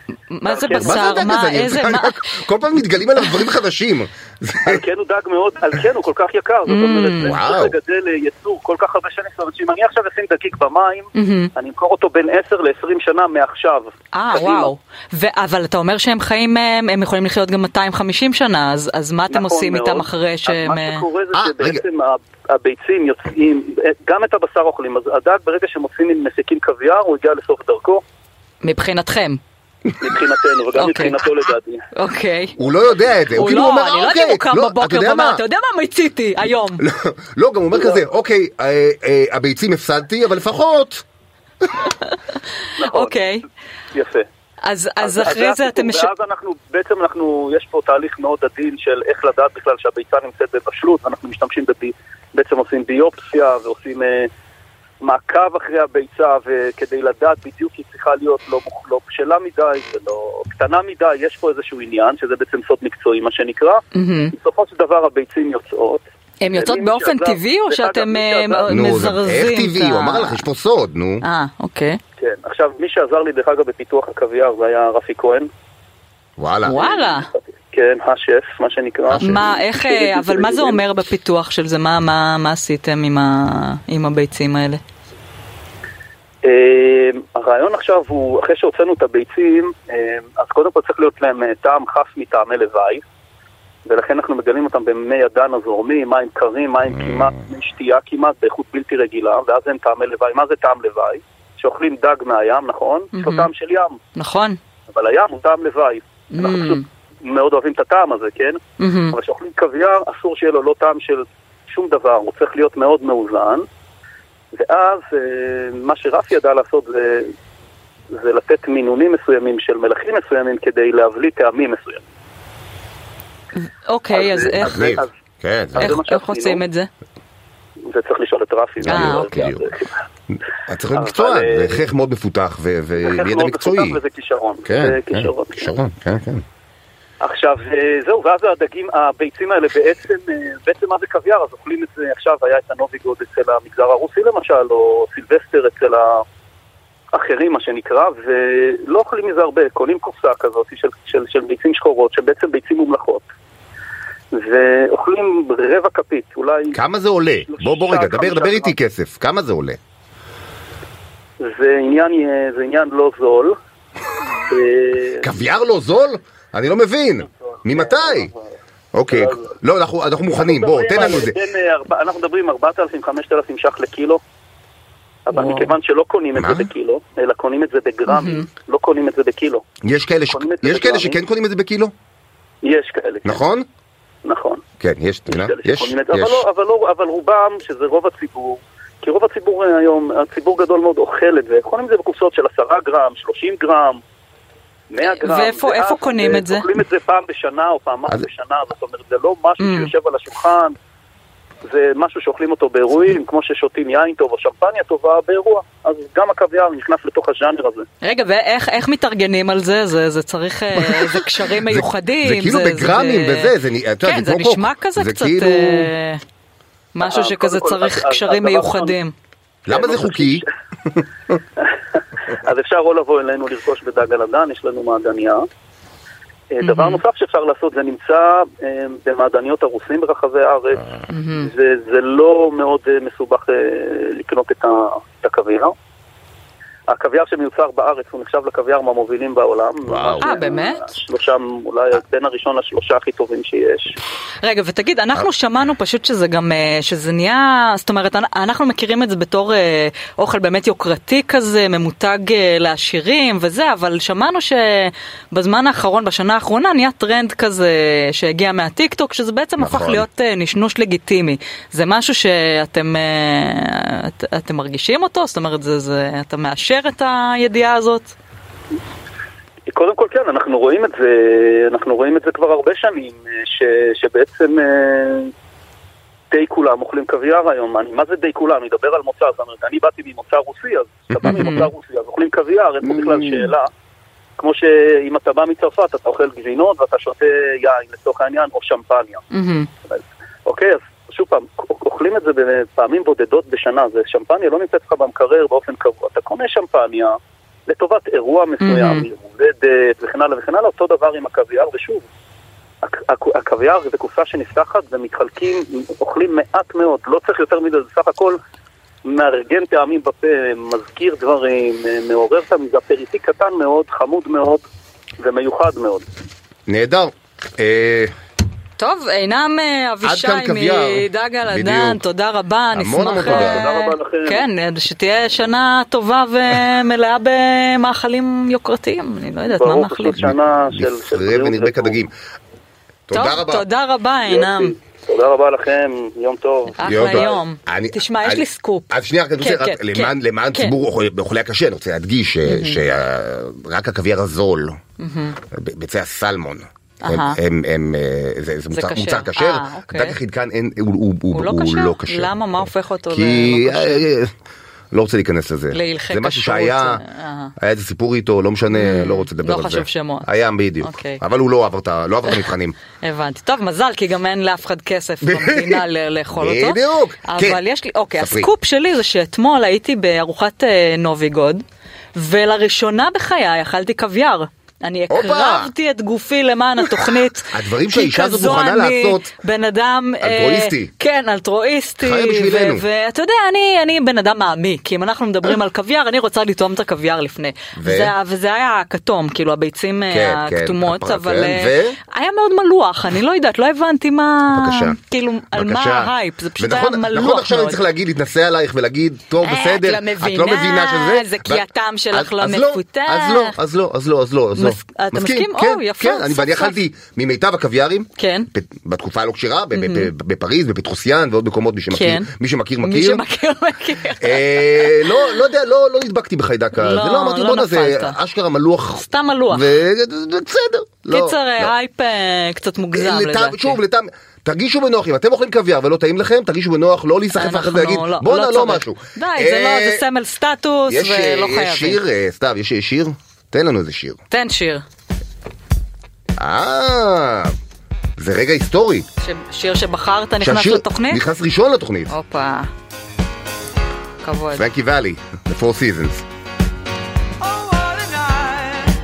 Speaker 3: מה זה
Speaker 1: נכון. כן. מה זה
Speaker 3: בשר?
Speaker 2: הדג הזה?
Speaker 3: מה,
Speaker 2: אני-
Speaker 3: איזה, מה?
Speaker 2: כל פעם מתגלים עליו דברים חדשים. זה-
Speaker 1: על כן הוא דג מאוד, על כן הוא כל כך יקר, זאת אומרת,
Speaker 3: Mm,
Speaker 2: וואו.
Speaker 1: צריך לגדל אה, יצור כל כך הרבה שנים, זאת אומרת שאם אני עכשיו אשים דקיק במים,
Speaker 3: מהמם.
Speaker 1: אני אמכור אותו בין 10 ל-20 שנה מעכשיו.
Speaker 3: Mm-hmm. אה,
Speaker 1: קדימה.
Speaker 3: וואו. ו- אבל אתה אומר שהם חיים, אה, הם יכולים לחיות גם 250 שנה, אז- אז מה אתם
Speaker 1: נכון
Speaker 3: עושים
Speaker 1: מאוד.
Speaker 3: איתם אחרי
Speaker 1: אז
Speaker 3: שהם...
Speaker 1: מה
Speaker 3: אה,
Speaker 1: שקורה זה
Speaker 2: אה,
Speaker 1: שבעצם ה- הביצים יוצאים, אה, גם את הבשר אוכלים, אז הדג ברגע שמוצאים מסיקים קוויאר, הוא הגיע לסוף דרכו,
Speaker 3: מבחינתכם.
Speaker 1: מבחינתנו, וגם
Speaker 3: אוקיי.
Speaker 1: מבחינתו לדעתי.
Speaker 3: אוקיי.
Speaker 2: הוא לא יודע את זה, הוא
Speaker 3: הוא
Speaker 2: כאילו
Speaker 3: לא,
Speaker 2: אומר,
Speaker 3: אני לא
Speaker 2: אוקיי,
Speaker 3: יודעת אם הוא קם
Speaker 2: לא, אתה
Speaker 3: בבוקר
Speaker 2: יודע
Speaker 3: ואומר,
Speaker 2: מה?
Speaker 3: אתה יודע מה מיציתי היום.
Speaker 2: לא, גם הוא אומר כזה, אוקיי, אה, אה, הביצים הפסדתי, אבל לפחות...
Speaker 1: נכון.
Speaker 3: אוקיי.
Speaker 1: יפה.
Speaker 3: אז- אז אחרי זה
Speaker 1: הסיפור.
Speaker 3: אתם... מש-
Speaker 1: ואז אנחנו, בעצם אנחנו, יש פה תהליך מאוד עדין של איך לדעת בכלל שהביצה נמצאת בבשלות, ואנחנו משתמשים בבי... בעצם עושים ביופסיה ועושים אה, מעקב אחרי הביצה, וכדי לדעת בדיוק היא צריכה להיות לא, מוכ- לא בשלה מדי ולא קטנה מדי, יש פה איזשהו עניין, שזה בעצם סוד מקצועי מה שנקרא.
Speaker 3: מהמם.
Speaker 1: בסופו של דבר הביצים יוצאות.
Speaker 3: הן יוצאות
Speaker 1: ומי
Speaker 3: באופן
Speaker 1: שעזב-
Speaker 3: טבעי או
Speaker 1: דרך אגב,
Speaker 3: שאתם
Speaker 1: מי
Speaker 3: אה,
Speaker 1: שעזב-
Speaker 3: מ-
Speaker 2: נו, זה-
Speaker 3: מזרזים
Speaker 2: איך
Speaker 3: את
Speaker 2: טבעי?
Speaker 3: ה-
Speaker 2: הוא אמר לך, יש פה סוד, נו.
Speaker 3: אה, אוקיי.
Speaker 1: כן. עכשיו, מי שעזר לי דרך אגב בפיתוח הקוויאר זה היה רפי כהן.
Speaker 2: וואלה.
Speaker 3: וואלה.
Speaker 1: כן, השף, מה שנקרא. כן.
Speaker 3: מה, איך, אה, אבל מה זה אומר בפיתוח של זה? מה- מה מה עשיתם עם ה- עם הביצים האלה?
Speaker 1: אה, הרעיון עכשיו הוא, אחרי שהוצאנו את הביצים, אה, אז קודם כל צריך להיות להם אה, טעם חף מטעמי לוואי, ולכן אנחנו מגלים אותם במי הדן הזורמים, מים קרים, מים כמעט, מי שתייה כמעט, באיכות בלתי רגילה, ואז אין טעמי לוואי. מה זה טעם לוואי? שאוכלים דג מהים, נכון? יש לו
Speaker 3: Mhm.
Speaker 1: טעם של ים,
Speaker 3: נכון?
Speaker 1: אבל הים הוא טעם לוואי. אנחנו
Speaker 3: Mm.
Speaker 1: פשוט מאוד אוהבים את הטעם הזה, כן?
Speaker 3: מהמם.
Speaker 1: אבל כשאוכלים קוויאר אסור שיהיה לו לא טעם של שום דבר, הוא צריך להיות מאוד מאוזן. ואז אה, מה שרפי ידע לעשות זה, זה לתת מינונים מסוימים של מלכים מסוימים כדי להבליט טעמים מסוימים.
Speaker 3: אוקיי, אז
Speaker 1: אז-
Speaker 3: איך-
Speaker 2: מגניב.
Speaker 1: אז-
Speaker 2: כן, זה-
Speaker 3: איך-
Speaker 1: זה מה שעשינו.
Speaker 3: איך עושים את זה?
Speaker 1: זה צריך לשאול את רפי.
Speaker 3: אה,
Speaker 1: אני לא
Speaker 3: אוקיי.
Speaker 1: יודע.
Speaker 2: אתה צריך להיות
Speaker 1: אבל,
Speaker 2: מקצוען,
Speaker 1: אה,
Speaker 2: זה הכרח מאוד מפותח ו-
Speaker 1: זה חלק
Speaker 2: וידע
Speaker 1: מאוד
Speaker 2: אה, מקצועי.
Speaker 1: מפותח וזה כישרון.
Speaker 2: כן,
Speaker 1: זה
Speaker 2: כן,
Speaker 1: כישרון.
Speaker 2: כישרון, כן, כן.
Speaker 1: עכשיו, אה, זהו, ואז הדגים, הביצים האלה בעצם, אה, בעצם מה זה קוויאר? אז אוכלים את זה עכשיו, היה את הנוביגוד אצל המגזר הרוסי למשל, או סילבסטר אצל האחרים, מה שנקרא, ולא אוכלים מזה הרבה, קונים קופסה כזאת של, של, של ביצים שחורות, שהן בעצם ביצים מומלחות, ואוכלים רבע כפית, אולי
Speaker 2: כמה זה עולה?
Speaker 1: לא
Speaker 2: בוא בוא רגע,
Speaker 1: שלושה,
Speaker 2: דבר
Speaker 1: חמישה
Speaker 2: דבר איתי
Speaker 1: גרם.
Speaker 2: כסף, כמה זה עולה?
Speaker 1: זה עניין, אה, זה עניין לא זול. אה,
Speaker 2: קוויאר לא זול? אני לא מבין. ממתי?
Speaker 1: אה,
Speaker 2: אוקיי, לא, אנחנו אנחנו מוכנים, בוא, תן לנו את זה.
Speaker 1: בין, אה, ארבע- אנחנו מדברים 4,000-5,000 ש"ח לקילו. אבל
Speaker 3: וואו.
Speaker 1: מכיוון שלא קונים את
Speaker 2: מה?
Speaker 1: זה בקילו, אלא קונים את זה בגרמים, לא קונים את זה בקילו.
Speaker 2: יש כאלה ש-
Speaker 1: קונים את זה
Speaker 2: יש כאלה
Speaker 1: בגרמים?
Speaker 2: שכן קונים את זה בקילו?
Speaker 1: כן. יש כאלה. כן.
Speaker 2: נכון?
Speaker 1: נכון.
Speaker 2: כן, יש, אתה יודע?
Speaker 1: כאלה
Speaker 2: יש,
Speaker 1: שקונים את זה, אבל
Speaker 2: יש.
Speaker 1: לא- אבל לא- אבל רובם, שזה רוב הציבור, כי רוב הציבור אה, היום, הציבור גדול מאוד אוכל את זה, קונים את זה בקופסאות של 10 גרם, 30 גרם. 100 גרם,
Speaker 3: ואיפה-
Speaker 1: ואז,
Speaker 3: איפה קונים
Speaker 1: אה,
Speaker 3: את זה?
Speaker 1: אוכלים את זה פעם בשנה או פעמיים
Speaker 2: אז-
Speaker 1: בשנה, זאת אומרת, זה לא משהו
Speaker 3: Mm.
Speaker 1: שיושב על השולחן, זה משהו שאוכלים אותו באירועים, כמו ששותים יין טוב או שמפניה טובה באירוע, אז גם הקוויאר נכנס לתוך הז'אנר הזה.
Speaker 3: רגע, ואיך איך מתארגנים על זה? זה, זה צריך, אה, זה קשרים
Speaker 2: זה-
Speaker 3: מיוחדים.
Speaker 2: זה כאילו בגרמים וזה, זה נ- אתה יודע,
Speaker 3: כן,
Speaker 2: זה
Speaker 3: זה
Speaker 2: כמו קוק.
Speaker 3: נשמע כזה
Speaker 2: זה
Speaker 3: קצת
Speaker 2: כאילו-
Speaker 3: אה, משהו
Speaker 1: אה,
Speaker 3: שכזה
Speaker 1: קודם כל,
Speaker 3: צריך
Speaker 1: אז- אז-
Speaker 3: קשרים
Speaker 1: אז דבר
Speaker 3: מיוחדים.
Speaker 2: למה זה חוקי?
Speaker 1: כן, לא אז אפשר או לבוא אלינו לרכוש בדג על הדן, יש לנו מעדניה. אה, דבר נוסף שאפשר לעשות, זה נמצא אה, במעדניות הרוסים ברחבי הארץ, וזה לא מאוד אה, מסובך אה, לקנות את ה- את הקוויאר. הקוויאר שמיוצר בארץ הוא נחשב לקוויאר מהמובילים בעולם.
Speaker 2: וואו. אה.
Speaker 3: אה, באמת?
Speaker 1: שלושה, אולי בין הראשון לשלושה הכי טובים שיש.
Speaker 3: רגע, ותגיד, אנחנו
Speaker 2: אה.
Speaker 3: שמענו פשוט שזה גם, אה, שזה נהיה, זאת אומרת, אנ- אנחנו מכירים את זה בתור אה, אוכל באמת יוקרתי כזה, ממותג אה, לעשירים וזה, אבל שמענו שבזמן האחרון, בשנה האחרונה, נהיה טרנד כזה שהגיע מהטיקטוק, שזה בעצם
Speaker 2: נכון.
Speaker 3: הפך להיות אה, נשנוש לגיטימי. זה משהו שאתם אה, את, אתם מרגישים אותו? זאת אומרת, זה, זה, אתה מאשר את הידיעה הזאת?
Speaker 1: קודם כל כן, אנחנו רואים את זה, אנחנו רואים את זה כבר הרבה שנים, אה, ש, שבעצם אה, די כולם אוכלים קוויאר היום, אני, מה זה די כולם? אני מדבר על מוצא, זאת אומרת, אני באתי ממוצא רוסי, אז אתה בא ממוצא רוסי, אז אוכלים קוויאר, אין פה בכלל שאלה. כמו שאם אתה בא מצרפת, אתה אוכל גבינות ואתה שותה יין, לצורך העניין, או שמפניה. אז- אוקיי, אז שוב פעם, אוכלים את זה בפעמים בודדות בשנה, זה שמפניה לא נמצאת לך במקרר באופן קבוע. אתה קונה שמפניה לטובת אירוע מסוים,
Speaker 3: Mhm.
Speaker 1: הולדת וכן הלאה וכן הלאה, אותו דבר עם הקוויאר, ושוב, הק- הק- הקוויאר זה קופסה שנפתחת ומתחלקים, אוכלים מעט מאוד, לא צריך יותר מזה, זה סך הכל מארגן טעמים בפה, מזכיר דברים, מעורר את המז- אפריטי קטן מאוד, חמוד מאוד ומיוחד מאוד.
Speaker 2: נהדר. אה,
Speaker 3: טוב, עינם אה, אבישי
Speaker 2: כאן קוויאר.
Speaker 3: מדג על הדן,
Speaker 2: בדיוק.
Speaker 3: תודה רבה,
Speaker 2: המון
Speaker 3: נשמח...
Speaker 2: המון
Speaker 3: אה,
Speaker 2: תודה.
Speaker 1: תודה רבה לכם.
Speaker 3: כן, שתהיה שנה טובה ומלאה במאכלים יוקרתיים, אני לא יודעת מה
Speaker 1: ברור,
Speaker 3: מאכלים.
Speaker 1: פשוט שנה של... של
Speaker 2: נפרה
Speaker 1: בריאות
Speaker 2: ונרבה
Speaker 1: וטוב.
Speaker 2: כדגים. תודה
Speaker 3: טוב,
Speaker 2: רבה.
Speaker 3: תודה רבה, עינם.
Speaker 1: יופי. תודה רבה לכם, יום טוב.
Speaker 3: אחלה
Speaker 2: יום טוב.
Speaker 3: יום.
Speaker 2: אני-
Speaker 3: תשמע, יש
Speaker 2: אני-
Speaker 3: לי סקופ.
Speaker 2: אז שנייה, רק אני רוצה,
Speaker 3: כן,
Speaker 2: רק
Speaker 3: כן,
Speaker 2: למען-
Speaker 3: כן,
Speaker 2: למען
Speaker 3: כן.
Speaker 2: ציבור אוכלי- אוכלי הקשה, אני רוצה להדגיש ש- שרק הקוויאר הזול, ביצי הסלמון. הם,
Speaker 3: אהה.
Speaker 2: הם, הם, אה, זה, זה מוצר-
Speaker 3: כשר.
Speaker 2: מוצר כשר,
Speaker 3: אה, אוקיי.
Speaker 2: דג החדקן אין, הוא, הוא,
Speaker 3: הוא לא כשר? למה? מה הופך אותו
Speaker 2: כי
Speaker 3: ללא כשר?
Speaker 2: אה, אה, לא רוצה להיכנס לזה.
Speaker 3: להלכי
Speaker 2: זה משהו
Speaker 3: כשרות,
Speaker 2: שהיה,
Speaker 3: אה.
Speaker 2: היה איזה סיפור איתו, לא משנה, לא רוצה לדבר
Speaker 3: לא
Speaker 2: על זה.
Speaker 3: חשוב שמות.
Speaker 2: היה בדיוק.
Speaker 3: אוקיי.
Speaker 2: אבל הוא לא עבר את ה- לא עבר את המבחנים.
Speaker 3: הבנתי. טוב, מזל, כי גם אין לאף אחד כסף במדינה ל- לאכול אותו.
Speaker 2: בדיוק, כן.
Speaker 3: אבל יש לי, אוקיי,
Speaker 2: ספרי.
Speaker 3: הסקופ שלי זה שאתמול הייתי בארוחת אה, נוביגוד, ולראשונה בחיי אכלתי קוויאר. אני
Speaker 2: הופה.
Speaker 3: הקרבתי את גופי למען התוכנית.
Speaker 2: הדברים
Speaker 3: כי
Speaker 2: שהאישה הזאת
Speaker 3: כזו
Speaker 2: מוכנה
Speaker 3: אני
Speaker 2: לעשות.
Speaker 3: בן אדם... אה,
Speaker 2: אלטרואיסטי.
Speaker 3: כן, אלטרואיסטי.
Speaker 2: חיה בשבילנו.
Speaker 3: ו- ואתה יודע, אני- אני בן אדם מעמיק. אם אנחנו מדברים על קוויאר, אני רוצה לטעום את הקוויאר לפני.
Speaker 2: ו?
Speaker 3: זה ה- וזה היה הכתום, כאילו הביצים אה,
Speaker 2: כן, כן,
Speaker 3: הכתומות,
Speaker 2: הפרה-
Speaker 3: אבל
Speaker 2: כן,
Speaker 3: אה,
Speaker 2: ו?
Speaker 3: היה מאוד מלוח, אני לא יודעת, לא הבנתי מה...
Speaker 2: בבקשה.
Speaker 3: כאילו, על מה
Speaker 2: בבקשה.
Speaker 3: ההייפ, זה פשוט היה
Speaker 2: ונכון-
Speaker 3: מלוח מאוד.
Speaker 2: נכון עכשיו אני צריך להגיד, להתנשא עלייך ולהגיד, טוב,
Speaker 3: אה,
Speaker 2: בסדר,
Speaker 3: את לא
Speaker 2: את לא
Speaker 3: מבינה,
Speaker 2: מבינה שזה.
Speaker 3: זה כי
Speaker 2: ואת-
Speaker 3: הטעם שלך
Speaker 2: אז-
Speaker 3: לא
Speaker 2: אז
Speaker 3: מפותח.
Speaker 2: אז לא, אז לא, אז לא, אז לא, אז לא.
Speaker 3: מס- אתה מסכים? או,
Speaker 2: כן,
Speaker 3: יפה,
Speaker 2: כן, אני-
Speaker 3: סוף
Speaker 2: ואני
Speaker 3: סוף.
Speaker 2: אכלתי ממיטב הקוויארים,
Speaker 3: כן.
Speaker 2: ב- בתקופה הלא כשרה, ב- ב- ב- בפריז, בפטרוסיאן ועוד מקומות, מי שמכיר,
Speaker 3: כן.
Speaker 2: מי שמכיר,
Speaker 3: מי
Speaker 2: מכיר.
Speaker 3: שמכיר מכיר.
Speaker 2: אה, לא, לא יודע, לא לא נדבקתי בחיידק, הזה,
Speaker 3: לא,
Speaker 2: לא אמרתי,
Speaker 3: לא
Speaker 2: בואנה זה
Speaker 3: נפלת.
Speaker 2: אשכרה מלוח,
Speaker 3: סתם מלוח.
Speaker 2: ובסדר,
Speaker 3: קיצר, הייפ אה, קצת מוגזם
Speaker 2: לא, לטעם-
Speaker 3: לדעתי.
Speaker 2: שוב, לטעם, תרגישו בנוח, אם אתם אוכלים קוויאר ולא טעים לכם, תרגישו בנוח לא להיסחף אחרי זה
Speaker 3: אנחנו
Speaker 2: להגיד,
Speaker 3: לא-
Speaker 2: בואנה
Speaker 3: לא
Speaker 2: לא
Speaker 3: צודק.
Speaker 2: משהו.
Speaker 3: די, זה
Speaker 2: אה,
Speaker 3: לא, זה סמל סטטוס,
Speaker 2: יש, אה,
Speaker 3: ולא
Speaker 2: יש
Speaker 3: חייבים.
Speaker 2: שיר, אה, סתיו, יש יש שיר? תן לנו איזה שיר.
Speaker 3: תן שיר.
Speaker 2: אה, זה רגע היסטורי.
Speaker 3: ש- שיר שבחרת נכנס
Speaker 2: שהשיר
Speaker 3: לתוכנית?
Speaker 2: נכנס ראשון לתוכנית.
Speaker 3: הופה. כבוד.
Speaker 2: פרנקי ואלי, The Four Seasons.
Speaker 4: Oh, what a night!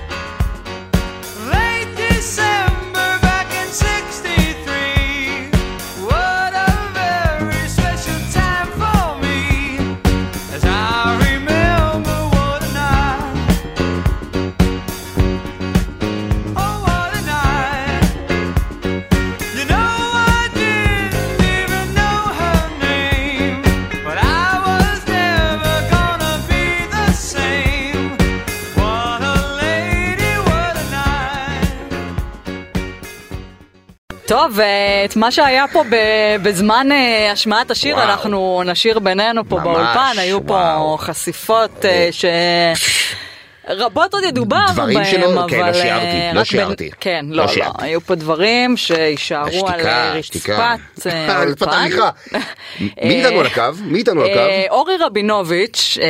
Speaker 4: Late December back in '63. What a very special time for me, as I remember what a night. Oh, what a night! You know I didn't even know her name, but I was never gonna be the same. What a lady, what a night.
Speaker 3: טוב, אה, את מה שהיה פה ב- בזמן אה, השמעת השיר,
Speaker 2: וואו.
Speaker 3: אנחנו נשאיר בינינו פה
Speaker 2: ממש,
Speaker 3: באולפן, היו פה
Speaker 2: וואו.
Speaker 3: חשיפות אה, ש... רבות עוד ידובר
Speaker 2: דברים
Speaker 3: בהם,
Speaker 2: שלא-
Speaker 3: אבל...
Speaker 2: כן, לא
Speaker 3: אה,
Speaker 2: שיערתי, לא
Speaker 3: רק
Speaker 2: שיערתי.
Speaker 3: כן,
Speaker 2: לא
Speaker 3: לא, לא.
Speaker 2: שיערתי.
Speaker 3: היו פה דברים שיישארו על אה,
Speaker 2: שתיקה.
Speaker 3: רצפת אה,
Speaker 2: על רצפת
Speaker 3: האולפן.
Speaker 2: ההליכה. מי איתנו על הקו? מי איתנו על הקו?
Speaker 3: אה, אורי רבינוביץ' אה,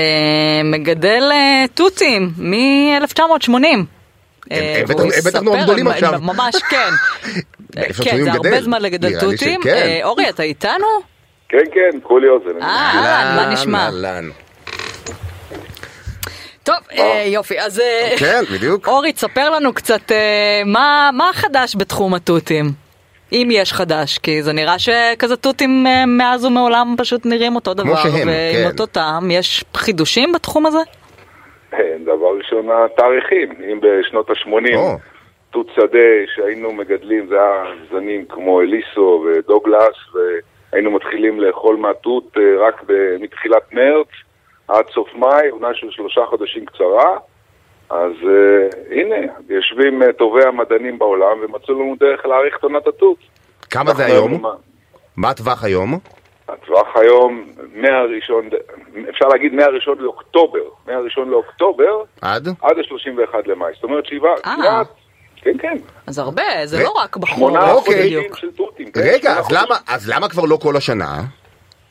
Speaker 3: מגדל אה, תותים מ-1980. אה,
Speaker 2: הם בטח-
Speaker 3: והוא
Speaker 2: הם בטח
Speaker 3: יספר
Speaker 2: נורא
Speaker 3: על
Speaker 2: גדולים
Speaker 3: מה-
Speaker 2: עכשיו.
Speaker 3: ממש כן.
Speaker 2: באלף
Speaker 3: כן,
Speaker 2: השנים
Speaker 3: זה
Speaker 2: הוא
Speaker 3: הרבה
Speaker 2: גדל.
Speaker 3: זמן לגדל
Speaker 2: נראה לי
Speaker 3: תותים.
Speaker 2: שכן.
Speaker 3: אה, אורי, אתה איתנו?
Speaker 5: כן, כן, כולי אוזן.
Speaker 3: אה, אהלן, מה נשמע?
Speaker 2: אהלן.
Speaker 3: טוב, אה, יופי, אז אה,
Speaker 2: כן, בדיוק.
Speaker 3: אורי, תספר לנו קצת אה, מה מה חדש בתחום התותים. אם יש חדש, כי זה נראה שכזה תותים אה, מאז ומעולם פשוט נראים אותו דבר,
Speaker 2: שהם,
Speaker 3: ועם
Speaker 2: כן.
Speaker 3: אותו טעם, יש חידושים בתחום הזה?
Speaker 5: כן, דבר ראשון, התאריכים. אם בשנות ה-80,
Speaker 2: או.
Speaker 5: תות שדה שהיינו מגדלים, זה היה זנים כמו אליסו ודוגלס, והיינו מתחילים לאכול מהתות אה, רק ב- מתחילת מרץ עד סוף מאי, עונה של שלושה חודשים קצרה. אז uh, הנה, יושבים אה, טובי המדענים בעולם ומצאו לנו דרך להאריך את עונת התות.
Speaker 2: כמה זה
Speaker 5: אנחנו
Speaker 2: היום?
Speaker 5: מה-
Speaker 2: מה הטווח היום?
Speaker 5: הטווח היום, מהראשון, אפשר להגיד מהראשון לאוקטובר, מהראשון לאוקטובר
Speaker 2: עד?
Speaker 5: עד ה-31 למאי. זאת אומרת שבעה,
Speaker 3: אה.
Speaker 5: כמעט כן, כן.
Speaker 3: אז הרבה, זה
Speaker 2: ו-
Speaker 3: לא רק בחור,
Speaker 2: שמונה
Speaker 5: שמונה
Speaker 2: אוקיי.
Speaker 5: חודשים
Speaker 3: בדיוק.
Speaker 5: של תותים. כן,
Speaker 2: רגע,
Speaker 5: שמונה
Speaker 2: אז
Speaker 5: חודשים.
Speaker 2: למה, אז למה כבר לא כל השנה?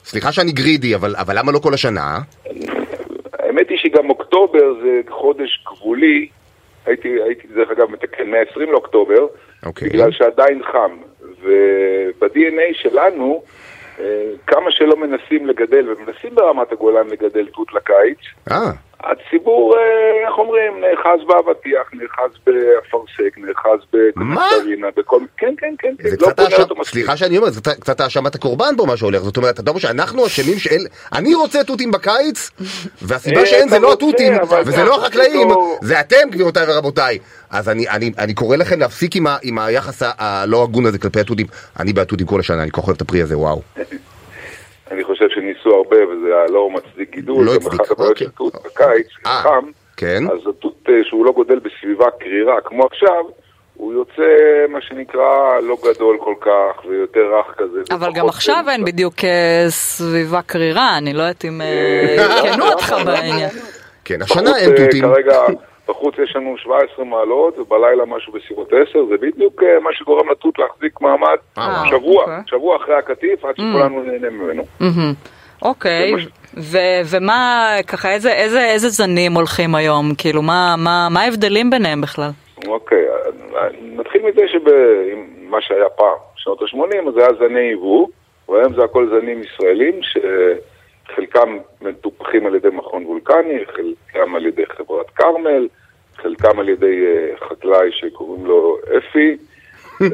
Speaker 2: סליחה שאני גרידי, אבל, אבל למה לא כל השנה?
Speaker 5: האמת היא שגם אוקטובר זה חודש גבולי. הייתי, הייתי דרך אגב מתקן 120 לאוקטובר,
Speaker 2: אוקיי.
Speaker 5: בגלל שעדיין חם. וב-DNA שלנו, אה, כמה שלא מנסים לגדל, ומנסים ברמת הגולן לגדל תות לקיץ,
Speaker 2: אה,
Speaker 5: הציבור, אה, איך אומרים, נאחז באבטיח, נאחז באפרסק, נאחז בקטרינה, בכל... כן, כן, כן. כן,
Speaker 2: זה
Speaker 5: לא
Speaker 2: קצת
Speaker 5: בונה
Speaker 2: האשמת,
Speaker 5: אותו מספיק.
Speaker 2: סליחה שאני אומר, זה קצת האשמת הקורבן פה מה שהולך, זאת אומרת, אתה אומר שאנחנו אשמים שאין, אני רוצה תותים בקיץ, והסיבה
Speaker 5: אה,
Speaker 2: שאין זה
Speaker 5: אתה
Speaker 2: לא
Speaker 5: רוצה,
Speaker 2: התותים,
Speaker 5: אבל כאילו-
Speaker 2: וזה
Speaker 5: אתה
Speaker 2: לא
Speaker 5: רוצה
Speaker 2: החקלאים,
Speaker 5: אותו-
Speaker 2: זה אתם גבירותיי ורבותיי. אז אני- אני אני קורא לכם להפסיק עם ה- עם היחס ה- הלא הגון הזה כלפי התותים, אני בעד תותים כל השנה, אני כל כך אוהב את הפרי הזה, וואו.
Speaker 5: אני חושב שניסו הרבה, וזה לא מצדיק גידול.
Speaker 2: לא
Speaker 5: גם
Speaker 2: הצדיק,
Speaker 5: אחת הבעיות
Speaker 2: אוקיי.
Speaker 5: של תות בקיץ,
Speaker 2: אה,
Speaker 5: חם,
Speaker 2: כן.
Speaker 5: אז התות אה, שהוא לא גודל בסביבה קרירה, כמו עכשיו, הוא יוצא, מה שנקרא, לא גדול כל כך, ויותר רך כזה.
Speaker 3: אבל גם
Speaker 5: ופחות,
Speaker 3: עכשיו
Speaker 5: אה,
Speaker 3: אין בדיוק אה, סביבה קרירה, אני לא יודעת אם אה,
Speaker 5: אה,
Speaker 3: יענו
Speaker 2: לא,
Speaker 5: אה,
Speaker 3: אותך
Speaker 5: אה,
Speaker 3: בעניין.
Speaker 2: כן,
Speaker 5: בחוץ,
Speaker 2: השנה אין
Speaker 5: אה,
Speaker 2: תותים.
Speaker 5: כרגע, בחוץ יש לנו 17 מעלות, ובלילה משהו בסביבות 10, זה בדיוק אה, מה שגורם לתות להחזיק מעמד
Speaker 2: אה,
Speaker 3: אוקיי. Mm.
Speaker 5: שבוע, שבוע אחרי הקטיף, עד שכולנו נהנה ממנו.
Speaker 3: מהמם. אוקיי,
Speaker 5: זה מה ש-
Speaker 3: ו- ומה, ככה, איזה- איזה איזה זנים הולכים היום? כאילו, מה- מה מה ההבדלים ביניהם בכלל?
Speaker 5: אוקיי, נתחיל מזה שמה שהיה פעם, שנות ה-80, אז זה היה זני יבוא, והיום זה הכל זנים ישראלים, שחלקם מטופחים על ידי מכון וולקני, חלקם על ידי חברת כרמל, חלקם על ידי אה, חקלאי שקוראים לו אפי, אה,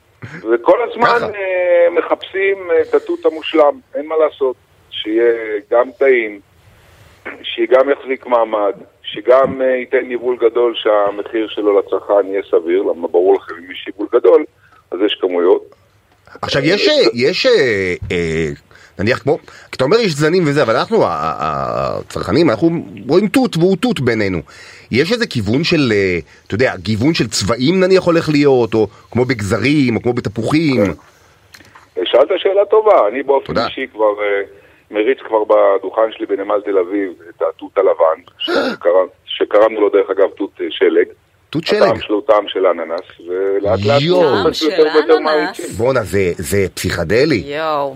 Speaker 5: וכל
Speaker 2: ככה.
Speaker 5: הזמן אה, מחפשים את התות המושלם, אין מה לעשות, שיהיה גם טעים, שגם יחזיק מעמד, שגם אה, ייתן יבול גדול שהמחיר שלו לצרכן יהיה סביר, למה ברור לכם אם יש יבול גדול, אז יש כמויות.
Speaker 2: עכשיו יש, אה, יש, אה, אה, נניח כמו, כי אתה אומר יש זנים וזה, אבל אנחנו ה- ה- ה- הצרכנים, אנחנו רואים תות והוא תות בינינו. יש איזה כיוון של, אה, אתה יודע, גיוון של צבעים נניח הולך להיות, או כמו בגזרים, או כמו בתפוחים.
Speaker 5: אה, שאלת שאלה טובה, אני באופן
Speaker 2: תודה.
Speaker 5: אישי כבר אה, מריץ כבר בדוכן שלי בנמל תל אביב את התות הלבן, שקרא- שקראנו לו דרך אגב תות אה, שלג.
Speaker 2: תות
Speaker 5: הטעם
Speaker 2: שלג.
Speaker 5: שלו הוא טעם של אננס, ולאט לאט
Speaker 2: יואו.
Speaker 5: הוא
Speaker 2: טעם
Speaker 5: הופך ליותר
Speaker 3: של
Speaker 5: ויותר
Speaker 3: אננס.
Speaker 5: מעריצים.
Speaker 2: בואנה, זה, זה פסיכדלי.
Speaker 3: יואו.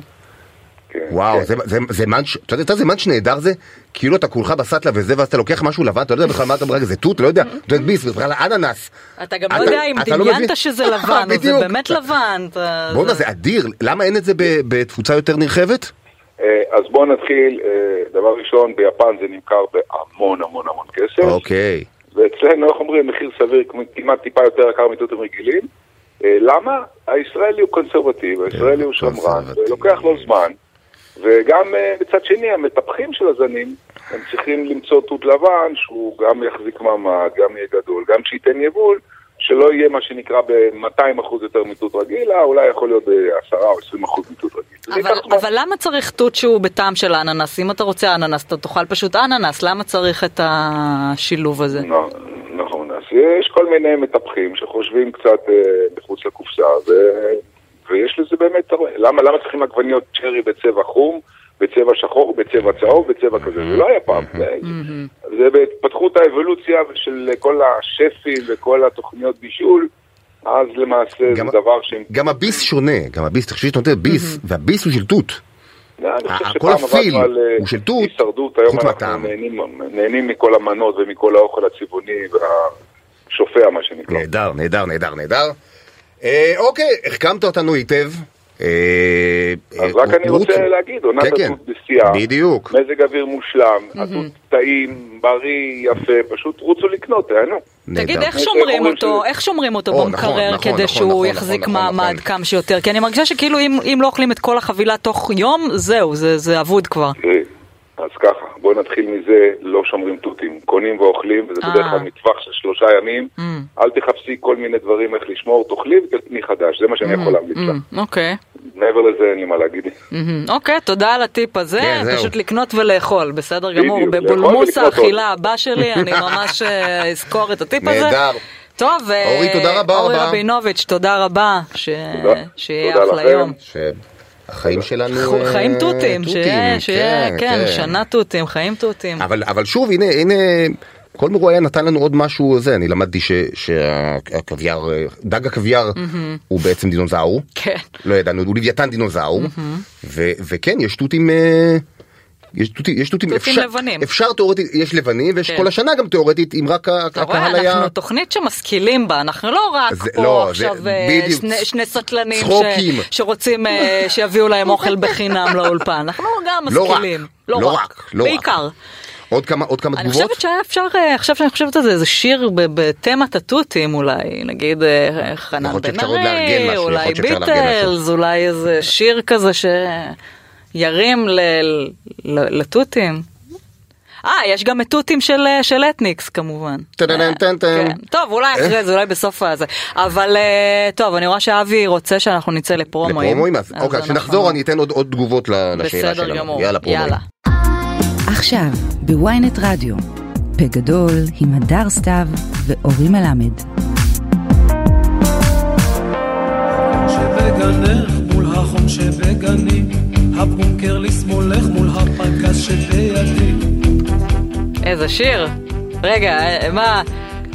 Speaker 5: כן,
Speaker 2: וואו,
Speaker 5: כן.
Speaker 2: זה, זה, זה מאנץ', אתה יודע, אתה יודע איזה מאנץ' נהדר זה? כאילו אתה כולך בסטלה וזה, ואז אתה לוקח משהו לבן, אתה לא יודע בכלל מה אתה אומר, זה תות, לא יודע, אתה יודע, ביס, בכלל אננס.
Speaker 3: אתה גם
Speaker 2: אתה-
Speaker 3: לא יודע אם
Speaker 2: אתה לא מבין?
Speaker 3: דמיינת שזה לבן, או זה
Speaker 2: בדיוק.
Speaker 3: באמת לבן. אתה-
Speaker 2: בואנה, זה אדיר, למה אין את זה ב- בתפוצה יותר נרחבת?
Speaker 5: אה, אז בואו נתחיל, אה, דבר ראשון, ביפן זה נמכר בהמון המון המון כסף.
Speaker 2: אוקיי.
Speaker 5: ואצלנו, איך אומרים, מחיר סביר כמעט טיפה יותר יקר מתותים רגילים. אה, למה? הישראלי הוא קונסרבטיבי, הישראלי הוא שמרן,
Speaker 2: קונסרבטיבי.
Speaker 5: ולוקח לו זמן. וגם אה, מצד שני, המטפחים של הזנים, הם צריכים למצוא תות לבן, שהוא גם יחזיק מעמד, גם יהיה גדול, גם שייתן יבול, שלא יהיה מה שנקרא ב-200% יותר מתות רגיל, אה, אולי יכול להיות ב-10 או 20% מתות רגיל. זה
Speaker 3: אבל,
Speaker 5: ייקח זמן.
Speaker 3: אבל למה צריך תות שהוא בטעם של האננס? אם אתה רוצה אננס, אתה תאכל פשוט אננס, למה צריך את השילוב הזה?
Speaker 5: נ- נכון, אז יש כל מיני מטפחים שחושבים קצת אה, מחוץ לקופסה, ו... ויש לזה באמת הרבה. למה, למה צריכים עגבניות צ'רי בצבע חום, בצבע שחור, בצבע צהוב, בצבע כזה? זה לא היה פעם. זה- זה בהתפתחות האבולוציה של כל השפים וכל התוכניות בישול, אז למעשה
Speaker 2: גם-
Speaker 5: זה דבר שהם...
Speaker 2: גם הביס שונה, גם הביס, תחשבי שאתה נותן ביס, והביס הוא של תות.
Speaker 5: אני
Speaker 2: ה-
Speaker 5: חושב
Speaker 2: כל
Speaker 5: שפעם
Speaker 2: הפיל
Speaker 5: עבדנו על אה,
Speaker 2: הוא של תות,
Speaker 5: הישרדות, היום
Speaker 2: חוץ
Speaker 5: אנחנו
Speaker 2: מהטעם.
Speaker 5: נהנים- נהנים מכל המנות ומכל האוכל הצבעוני והשופע, מה שנקרא.
Speaker 2: נהדר, נהדר, נהדר, נהדר. אה, אוקיי, החכמת אותנו היטב. אה, אה,
Speaker 5: אז רק אני
Speaker 2: רות-
Speaker 5: רוצה להגיד, עונת
Speaker 2: כן, כן.
Speaker 5: התות בשיאה,
Speaker 2: בדיוק.
Speaker 5: מזג אוויר מושלם, התות טעים, בריא, יפה, פשוט רוצו לקנות, אה, תהנו.
Speaker 2: נהדר.
Speaker 3: תגיד, איך
Speaker 5: יש
Speaker 3: שומרים
Speaker 5: אומרים
Speaker 3: אותו,
Speaker 5: ש-
Speaker 3: איך שומרים אותו
Speaker 2: או, נכון,
Speaker 3: במקרר
Speaker 2: נכון,
Speaker 3: כדי
Speaker 2: נכון,
Speaker 3: שהוא
Speaker 2: נכון,
Speaker 3: יחזיק
Speaker 2: נכון, נכון,
Speaker 3: מעמד
Speaker 2: נכון.
Speaker 3: כמה שיותר? כי אני מרגישה שכאילו אם אם לא אוכלים את כל החבילה תוך יום, זהו, זה זה אבוד כבר.
Speaker 2: אה.
Speaker 5: תראי, אז ככה, בואו נתחיל מזה, לא שומרים תותים, קונים ואוכלים, וזה
Speaker 3: אה.
Speaker 5: בדרך כלל מטווח של שלושה ימים,
Speaker 3: Mm.
Speaker 5: אל תחפשי כל מיני דברים איך לשמור, תאכלי ותקני חדש, זה מה שאני יכול להמליץ לך.
Speaker 3: Mm, אוקיי,
Speaker 5: מעבר לזה אין לי מה להגיד.
Speaker 3: מהמם. אוקיי, תודה על הטיפ הזה,
Speaker 2: כן, זהו.
Speaker 3: פשוט לקנות ולאכול, בסדר גמור,
Speaker 5: בדיוק, לאכול
Speaker 3: בבולמוס
Speaker 5: ולקנות
Speaker 3: האכילה הבא שלי, אני ממש אה, אזכור את הטיפ הזה.
Speaker 2: נהדר.
Speaker 3: טוב, אה,
Speaker 2: אורי, תודה רבה,
Speaker 3: אורי
Speaker 2: רבה.
Speaker 3: רבינוביץ', תודה רבה, ש-
Speaker 5: תודה.
Speaker 3: שיהיה
Speaker 5: תודה
Speaker 3: אחלה
Speaker 5: לכם.
Speaker 3: יום.
Speaker 2: שהחיים שלנו... אה, כן,
Speaker 3: חיים כן,
Speaker 2: אה.
Speaker 3: תותים, שיהיה, שיהיה, כן, שנה תותים, חיים תותים.
Speaker 2: אבל, אבל שוב, הנה, הנה, כל מרואיין נתן לנו עוד משהו זה, אני למדתי שהקוויאר, אה, דג הקוויאר הוא בעצם דינוזאור,
Speaker 3: כן.
Speaker 2: לא ידענו, הוא לוויתן דינוזאור, ו- וכן, יש תותים... אה, יש תותים, יש תותים,
Speaker 3: תותים
Speaker 2: אפשר,
Speaker 3: לבנים.
Speaker 2: אפשר תאורטית, יש לבנים, ויש
Speaker 3: כן.
Speaker 2: כל השנה גם תאורטית, אם רק ה-
Speaker 3: אתה רואה,
Speaker 2: הקהל היה...
Speaker 3: אנחנו תוכנית שמשכילים בה, אנחנו לא רק
Speaker 2: זה-
Speaker 3: פה
Speaker 2: לא,
Speaker 3: עכשיו
Speaker 2: זה-
Speaker 3: אה,
Speaker 2: בדיוק.
Speaker 3: שני- שני סטלנים ש-
Speaker 2: צחוקים.
Speaker 3: שרוצים אה, שיביאו להם אוכל בחינם לאולפן, אנחנו גם
Speaker 2: לא רק,
Speaker 3: משכילים.
Speaker 2: לא רק, לא רק.
Speaker 3: בעיקר.
Speaker 2: עוד כמה, עוד כמה
Speaker 3: אני
Speaker 2: תגובות?
Speaker 3: חושבת שהיה אפשר, אה, עכשיו שאני חושבת על זה, איזה שיר ב- בתמת התותים אולי, נגיד אה, חנן
Speaker 2: יכול להיות
Speaker 3: בן
Speaker 2: שאפשר עוד לארגן משהו,
Speaker 3: ארי,
Speaker 2: יכול
Speaker 3: אולי
Speaker 2: להיות שאפשר לארגן
Speaker 3: ביטלס, אולי איזה שיר כזה שירים ל- ל- לתותים. אה, יש גם את תותים של, אה, של אתניקס כמובן.
Speaker 2: טה-דה-דן, טן-טן.
Speaker 3: כן. טוב,
Speaker 2: אה?
Speaker 3: אולי אחרי זה, אולי בסוף הזה. אבל אה, טוב, אני רואה שאבי רוצה שאנחנו נצא לפרומואים.
Speaker 2: לפרומואים, אז
Speaker 3: אז
Speaker 2: אוקיי,
Speaker 3: אנחנו-
Speaker 2: כשנחזור אני אתן עוד- עוד תגובות ל- לשאלה
Speaker 3: בסדר
Speaker 2: שלנו.
Speaker 3: גמור,
Speaker 2: יאללה, פרומואים.
Speaker 3: יאללה.
Speaker 6: עכשיו, בוויינט רדיו. פה גדול עם הדר סתיו ואורי מלמד.
Speaker 7: שבגנך מול החום שבגני, הבונקר לשמאלך מול הפנקס שבידי.
Speaker 3: איזה שיר. רגע, אה, מה,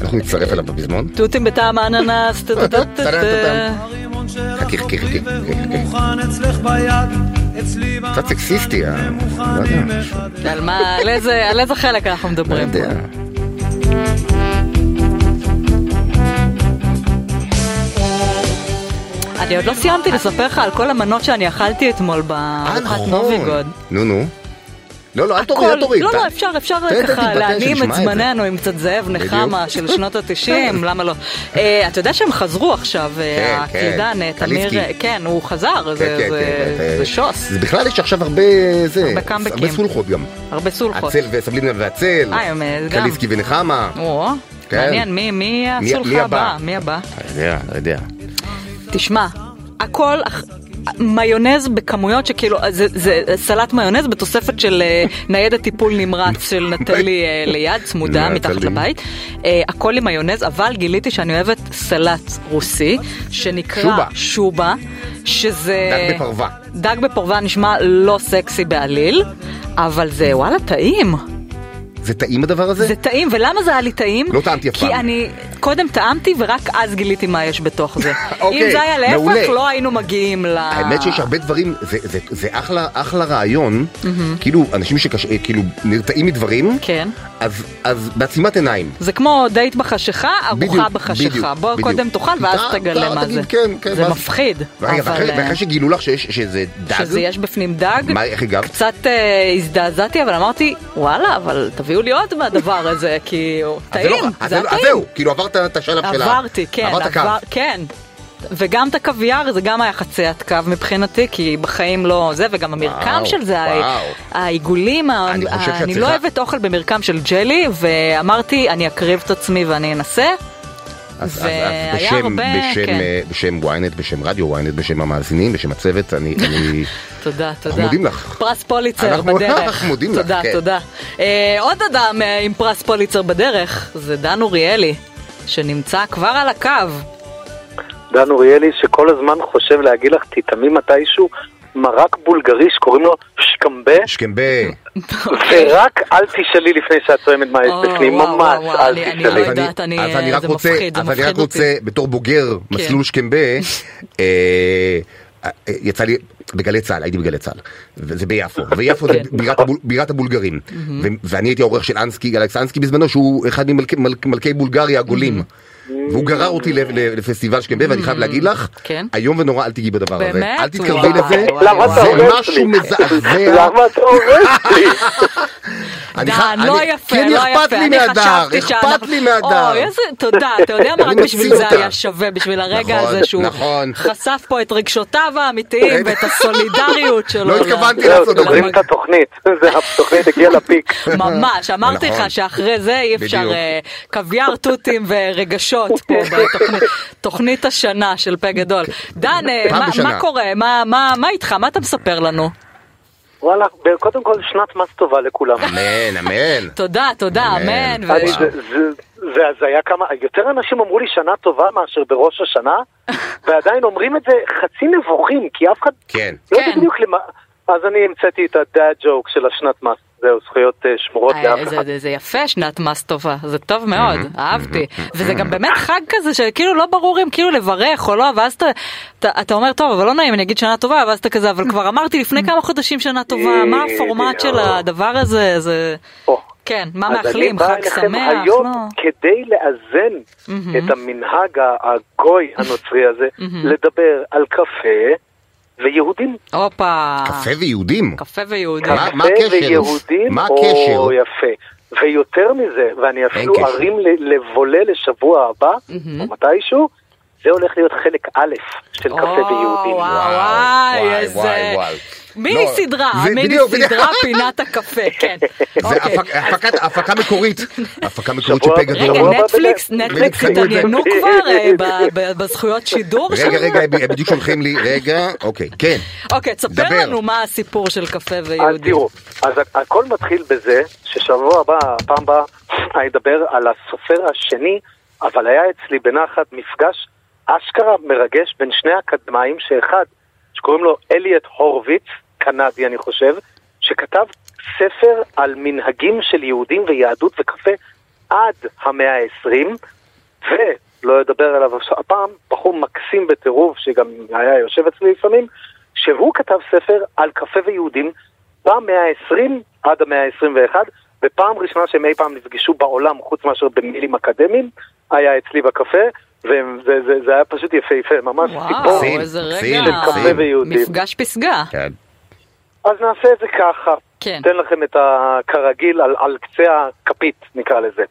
Speaker 2: אנחנו נצטרף אליו בפזמון?
Speaker 3: תותים בטעם האננס, טה- טה- טה- טה- טה.
Speaker 7: הרימון שלך
Speaker 2: חכי, חכי, חכי,
Speaker 7: חביב
Speaker 2: חכי, חכי.
Speaker 7: ומוכן אצלך ביד, אצלי
Speaker 2: קצת סקסיסטי, ה- לא יודע,
Speaker 3: על מה, על איזה, על איזה חלק אנחנו
Speaker 2: לא
Speaker 3: מדברים?
Speaker 2: יודע.
Speaker 3: אני עוד לא סיימתי לספר לך על כל המנות שאני אכלתי אתמול
Speaker 2: אה,
Speaker 3: בארוחת
Speaker 2: נכון.
Speaker 3: נוביגוד.
Speaker 2: נו, נו. לא, לא, אל תוריד,
Speaker 3: כל,
Speaker 2: אל תוריד.
Speaker 3: לא,
Speaker 2: ת-
Speaker 3: לא, אפשר, אפשר
Speaker 2: תן- תן
Speaker 3: ככה
Speaker 2: תתבטא,
Speaker 3: להנעים את
Speaker 2: שנשמע זה.
Speaker 3: זמננו עם קצת זאב נחמה של שנות התשעים, למה לא? אה, אתה יודע שהם חזרו עכשיו,
Speaker 2: כן,
Speaker 3: אה,
Speaker 2: כן.
Speaker 3: הקלידן, אה, תמיר,
Speaker 2: קליסקי.
Speaker 3: אה, כן, הוא חזר,
Speaker 2: כן,
Speaker 3: זה-
Speaker 2: כן,
Speaker 3: זה-
Speaker 2: כן,
Speaker 3: זה
Speaker 2: אה,
Speaker 3: שוס,
Speaker 2: זה בכלל יש עכשיו הרבה זה,
Speaker 3: הרבה קאמבקים.
Speaker 2: הרבה סולחות גם.
Speaker 3: הרבה סולחות.
Speaker 2: הצל וסבלינה והצל.
Speaker 3: אה, הם, אה, גם.
Speaker 2: קליסקי ונחמה.
Speaker 3: או,
Speaker 2: כן.
Speaker 3: מעניין, מי- מי
Speaker 2: מי- מי
Speaker 3: הסולחה
Speaker 2: הבא?
Speaker 3: הבאה? מי הבא?
Speaker 2: אני יודע, אני יודע.
Speaker 3: תשמע, הכל אח- מיונז בכמויות שכאילו, זה, זה סלט מיונז בתוספת של אה, ניידת טיפול נמרץ של נטלי אה, ליד, צמודה,
Speaker 2: נטלי.
Speaker 3: מתחת לבית. אה, הכל עם מיונז, אבל גיליתי שאני אוהבת סלט רוסי, שנקרא
Speaker 2: שובה.
Speaker 3: שובה שזה...
Speaker 2: דג בפרווה.
Speaker 3: דג בפרווה נשמע לא סקסי בעליל, אבל זה וואלה טעים.
Speaker 2: זה טעים הדבר הזה?
Speaker 3: זה טעים, ולמה זה היה לי טעים?
Speaker 2: לא טעמתי אף
Speaker 3: כי
Speaker 2: פעם.
Speaker 3: אני קודם טעמתי ורק אז גיליתי מה יש בתוך זה.
Speaker 2: אוקיי,
Speaker 3: אם זה היה
Speaker 2: מעולה.
Speaker 3: להפך, לא היינו מגיעים ל...
Speaker 2: האמת שיש הרבה דברים, זה, זה, זה אחלה, אחלה רעיון, כאילו אנשים שכאילו נרתעים מדברים,
Speaker 3: כן.
Speaker 2: אז, אז בעצימת עיניים.
Speaker 3: זה כמו דייט בחשיכה,
Speaker 2: בדיוק,
Speaker 3: ארוחה בחשיכה.
Speaker 2: בדיוק,
Speaker 3: בוא
Speaker 2: בדיוק.
Speaker 3: קודם תאכל ואז
Speaker 2: אתה-
Speaker 3: תגלה
Speaker 2: אתה
Speaker 3: מה
Speaker 2: תגיד,
Speaker 3: זה.
Speaker 2: כן, כן,
Speaker 3: זה
Speaker 2: ואז-
Speaker 3: מפחיד.
Speaker 2: ואגב,
Speaker 3: אבל,
Speaker 2: אחרי-
Speaker 3: אה,
Speaker 2: ואחרי שגילו לך שיש, שזה דג,
Speaker 3: שזה יש בפנים דג,
Speaker 2: מה, איך הגבת?
Speaker 3: קצת אה, הזדעזעתי, אבל אמרתי, וואלה, אבל תביאו לי עוד מהדבר הזה, כי הוא
Speaker 2: אז זה לא
Speaker 3: טעים,
Speaker 2: רע, אז
Speaker 3: זה היה
Speaker 2: לא-
Speaker 3: טעים.
Speaker 2: אז זהו, כאילו עברת את השלב של ה...
Speaker 3: עברתי, כן.
Speaker 2: עברת קו.
Speaker 3: כן. וגם את הקוויאר זה גם היה חציית קו מבחינתי, כי בחיים לא זה, וגם המרקם
Speaker 2: וואו,
Speaker 3: של זה, ה-
Speaker 2: וואו.
Speaker 3: העיגולים, ה-
Speaker 2: אני חושב שאת
Speaker 3: אני
Speaker 2: צריכה-
Speaker 3: לא אוהבת אוכל במרקם של ג'לי, ואמרתי, אני אקריב את עצמי ואני אנסה.
Speaker 2: אז, אז,
Speaker 3: והיה
Speaker 2: אז בשם,
Speaker 3: הרבה,
Speaker 2: בשם,
Speaker 3: כן.
Speaker 2: אה, בשם ynet, בשם רדיו ynet, בשם המאזינים, בשם הצוות, אני... אני...
Speaker 3: תודה, תודה.
Speaker 2: מודים לך.
Speaker 3: פרס פוליצר
Speaker 2: אנחנו-
Speaker 3: בדרך.
Speaker 2: אנחנו מודים לך,
Speaker 3: תודה,
Speaker 2: כן.
Speaker 3: תודה. אה, עוד אדם אה, עם פרס פוליצר בדרך, זה דן אוריאלי, שנמצא כבר על הקו.
Speaker 1: דן אוריאלי, שכל הזמן חושב להגיד לך, תטעמי מתישהו מרק בולגרי שקוראים לו שקמבה,
Speaker 2: שקמבה,
Speaker 1: ורק אל תשאלי לפני שאת צועמת מה יש
Speaker 3: או,
Speaker 1: בפנים,
Speaker 3: וואו,
Speaker 1: ממש
Speaker 3: וואו,
Speaker 1: אל
Speaker 3: אני- אני
Speaker 1: תשאלי.
Speaker 3: לא יודעת, אני-
Speaker 2: אז אני
Speaker 3: זה
Speaker 2: רק רוצה,
Speaker 3: מפחיד, זה
Speaker 2: אז אני
Speaker 3: מפחיד כן.
Speaker 2: רק רוצה, בתור בוגר מסלול שקמבה, אה, אה, יצא לי בגלי צה"ל, הייתי בגלי צה"ל, וזה ביפו, ויפו זה
Speaker 3: כן.
Speaker 2: בירת הבול- בירת הבולגרים, ו- ואני הייתי העורך של אנסקי, אלכס אנסקי בזמנו, שהוא אחד ממלכי מלכ- מלכי בולגריה הגולים. והוא גרר אותי ל- ל- לפסטיבל שקמבה, ואני חייב להגיד לך,
Speaker 3: כן.
Speaker 2: איום ונורא אל תגיעי בדבר הזה.
Speaker 3: באמת?
Speaker 2: אל תתקרבי
Speaker 3: וואו,
Speaker 2: לזה,
Speaker 3: וואו, למה אתה
Speaker 2: זה
Speaker 1: הורס
Speaker 2: משהו
Speaker 1: לי?
Speaker 2: מזעזע.
Speaker 1: למה אתה הורס לי?
Speaker 2: אני ח-
Speaker 3: דן,
Speaker 2: אני-
Speaker 3: לא יפה,
Speaker 2: כי אני
Speaker 3: לא
Speaker 2: אכפת
Speaker 3: יפה,
Speaker 2: לי
Speaker 3: אני
Speaker 2: מהדר,
Speaker 3: חשבתי
Speaker 2: אכפת
Speaker 3: שאנחנו-
Speaker 2: לי מהדר.
Speaker 3: אוי, איזה, תודה, אתה יודע מה,
Speaker 2: אני
Speaker 3: רק
Speaker 2: מציל
Speaker 3: בשביל זה
Speaker 2: אותה.
Speaker 3: היה שווה, בשביל הרגע
Speaker 2: נכון,
Speaker 3: הזה שהוא
Speaker 2: נכון.
Speaker 3: חשף פה את רגשותיו האמיתיים ואת הסולידריות שלו. לא,
Speaker 2: לא
Speaker 3: ל-
Speaker 2: התכוונתי
Speaker 1: זהו,
Speaker 2: לעשות את
Speaker 1: סוגרים
Speaker 2: זה.
Speaker 1: את התוכנית, זה- התוכנית הגיעה לפיק.
Speaker 3: לא, ממש, אמרתי
Speaker 2: נכון.
Speaker 3: לך שאחרי זה אי אפשר
Speaker 2: בדיוק.
Speaker 3: אה, קוויאר תותים ורגשות פה בתוכנית תוכנית השנה של פה גדול. דן, אה,
Speaker 2: פעם
Speaker 3: מה-
Speaker 2: בשנה.
Speaker 3: מה קורה? מה- מה מה איתך? מה אתה מספר לנו?
Speaker 1: וואלה, קודם כל שנת מס טובה לכולם.
Speaker 2: אמן, אמן.
Speaker 3: תודה, תודה, אמן. ו-
Speaker 1: אני- זה- זה- זה הזיה כמה, יותר אנשים אמרו לי שנה טובה מאשר בראש השנה, ועדיין אומרים את זה חצי נבוכים, כי אף אחד
Speaker 2: כן.
Speaker 1: לא
Speaker 3: כן.
Speaker 1: יודע בדיוק למה... אז אני המצאתי את הדאד ג'וק של השנת מס.
Speaker 8: זהו, זכויות אה, שמורות
Speaker 3: אה,
Speaker 8: לאף
Speaker 3: זה-
Speaker 8: אחד.
Speaker 3: זה- זה יפה שנת מס טובה, זה טוב מאוד, אהבתי. וזה גם באמת חג כזה שכאילו לא ברור אם כאילו לברך או לא, ואז אתה- אתה אתה אומר טוב, אבל לא נעים, אני אגיד שנה טובה, ואז אתה כזה, אבל כבר אמרתי לפני כמה חודשים שנה
Speaker 1: אה,
Speaker 3: טובה, מה הפורמט של הדבר הזה, זה...
Speaker 1: או.
Speaker 3: כן, מה
Speaker 1: אז
Speaker 3: מאחלים,
Speaker 1: אני בא
Speaker 3: חג
Speaker 1: אליכם
Speaker 3: שמח,
Speaker 1: היום
Speaker 3: לא?
Speaker 1: כדי לאזן את המנהג הגוי הנוצרי הזה, לדבר על קפה ויהודים.
Speaker 3: לא? הופה.
Speaker 2: קפה ויהודים.
Speaker 3: קפה ויהודים.
Speaker 2: מה- מה
Speaker 1: קפה
Speaker 2: הקשר?
Speaker 1: ויהודים,
Speaker 2: מה
Speaker 1: או
Speaker 2: הקשר?
Speaker 1: יפה. ויותר מזה, ואני אפילו
Speaker 2: קשר.
Speaker 1: ארים ל- לבולה לשבוע הבא, או מתישהו, זה הולך להיות חלק א' של קפה
Speaker 3: או,
Speaker 1: ויהודים.
Speaker 3: וואו,
Speaker 2: וואו,
Speaker 3: וואי,
Speaker 2: וואי,
Speaker 3: איזה-
Speaker 2: וואי, וואי.
Speaker 3: מיני
Speaker 2: לא,
Speaker 3: סדרה,
Speaker 2: זה
Speaker 3: מיני
Speaker 2: בדיוק, בדיוק.
Speaker 3: סדרה פינת הקפה, כן.
Speaker 2: זה
Speaker 3: אוקיי.
Speaker 2: הפק- הפקת- הפקה מקורית, הפקה מקורית של
Speaker 1: שבוע-
Speaker 2: פגדול.
Speaker 3: רגע,
Speaker 1: שבוע הבא
Speaker 3: נטפליקס,
Speaker 1: בדרך.
Speaker 3: נטפליקס
Speaker 2: בדיוק.
Speaker 3: התעניינו כבר אה, ב- ב- בזכויות שידור שלנו?
Speaker 2: רגע, רגע, הם בדיוק שולחים לי, רגע, אוקיי, כן.
Speaker 3: אוקיי, תספר
Speaker 2: דבר.
Speaker 3: לנו מה הסיפור של קפה
Speaker 1: אז
Speaker 3: ויהודים.
Speaker 1: אה, תראו, אז הכ- הכל מתחיל בזה ששבוע הבא, פעם הבאה, אני אדבר על הסופר השני, אבל היה אצלי בנחת מפגש אשכרה מרגש בין שני אקדמאים, שאחד, שקוראים לו אליאט הורוביץ, קנדי אני חושב, שכתב ספר על מנהגים של יהודים ויהדות וקפה עד המאה ה-20, ולא אדבר עליו עכשיו הפעם, בחור מקסים בטירוף, שגם היה יושב אצלי לפעמים, שהוא כתב ספר על קפה ויהודים במאה ה-20 עד המאה ה-21, ופעם ראשונה שהם אי פעם נפגשו בעולם, חוץ מאשר במילים אקדמיים, היה אצלי בקפה, וזה זה, זה היה פשוט יפהפה, ממש
Speaker 3: וואו,
Speaker 1: סיפור.
Speaker 2: מקסים,
Speaker 3: איזה
Speaker 2: מקסים,
Speaker 3: רגע.
Speaker 1: של קפה ויהודים.
Speaker 3: מפגש פסגה.
Speaker 2: כן.
Speaker 1: אז נעשה את זה ככה.
Speaker 3: כן.
Speaker 1: אתן לכם את הכרגיל על, על קצה הכפית, נקרא לזה.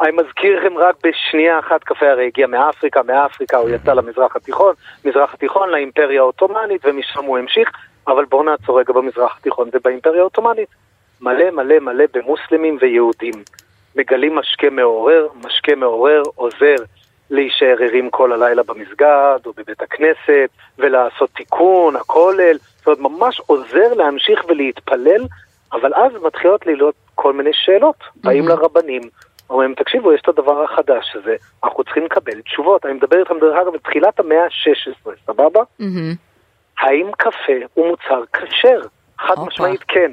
Speaker 1: אני מזכיר לכם רק בשנייה אחת, קפה הרי הגיע מאפריקה, מאפריקה הוא יצא למזרח התיכון, מזרח התיכון לאימפריה העות'מאנית, ומשם הוא המשיך, אבל בואו נעצור רגע במזרח התיכון ובאימפריה העות'מאנית. מלא מלא מלא במוסלמים ויהודים. מגלים משקה מעורר, משקה מעורר עוזר להישאר ערים כל הלילה במסגד או בבית הכנסת ולעשות תיקון, הכולל, זאת אומרת ממש עוזר להמשיך ולהתפלל, אבל אז מתחילות להיות כל מיני שאלות, באים לרבנים, אומרים תקשיבו יש את הדבר החדש הזה, אנחנו צריכים לקבל תשובות, אני מדבר איתם דרך אגב בתחילת המאה ה-16, סבבה?
Speaker 3: מהמם.
Speaker 1: האם קפה הוא מוצר כשר? חד
Speaker 3: הופה.
Speaker 1: משמעית כן.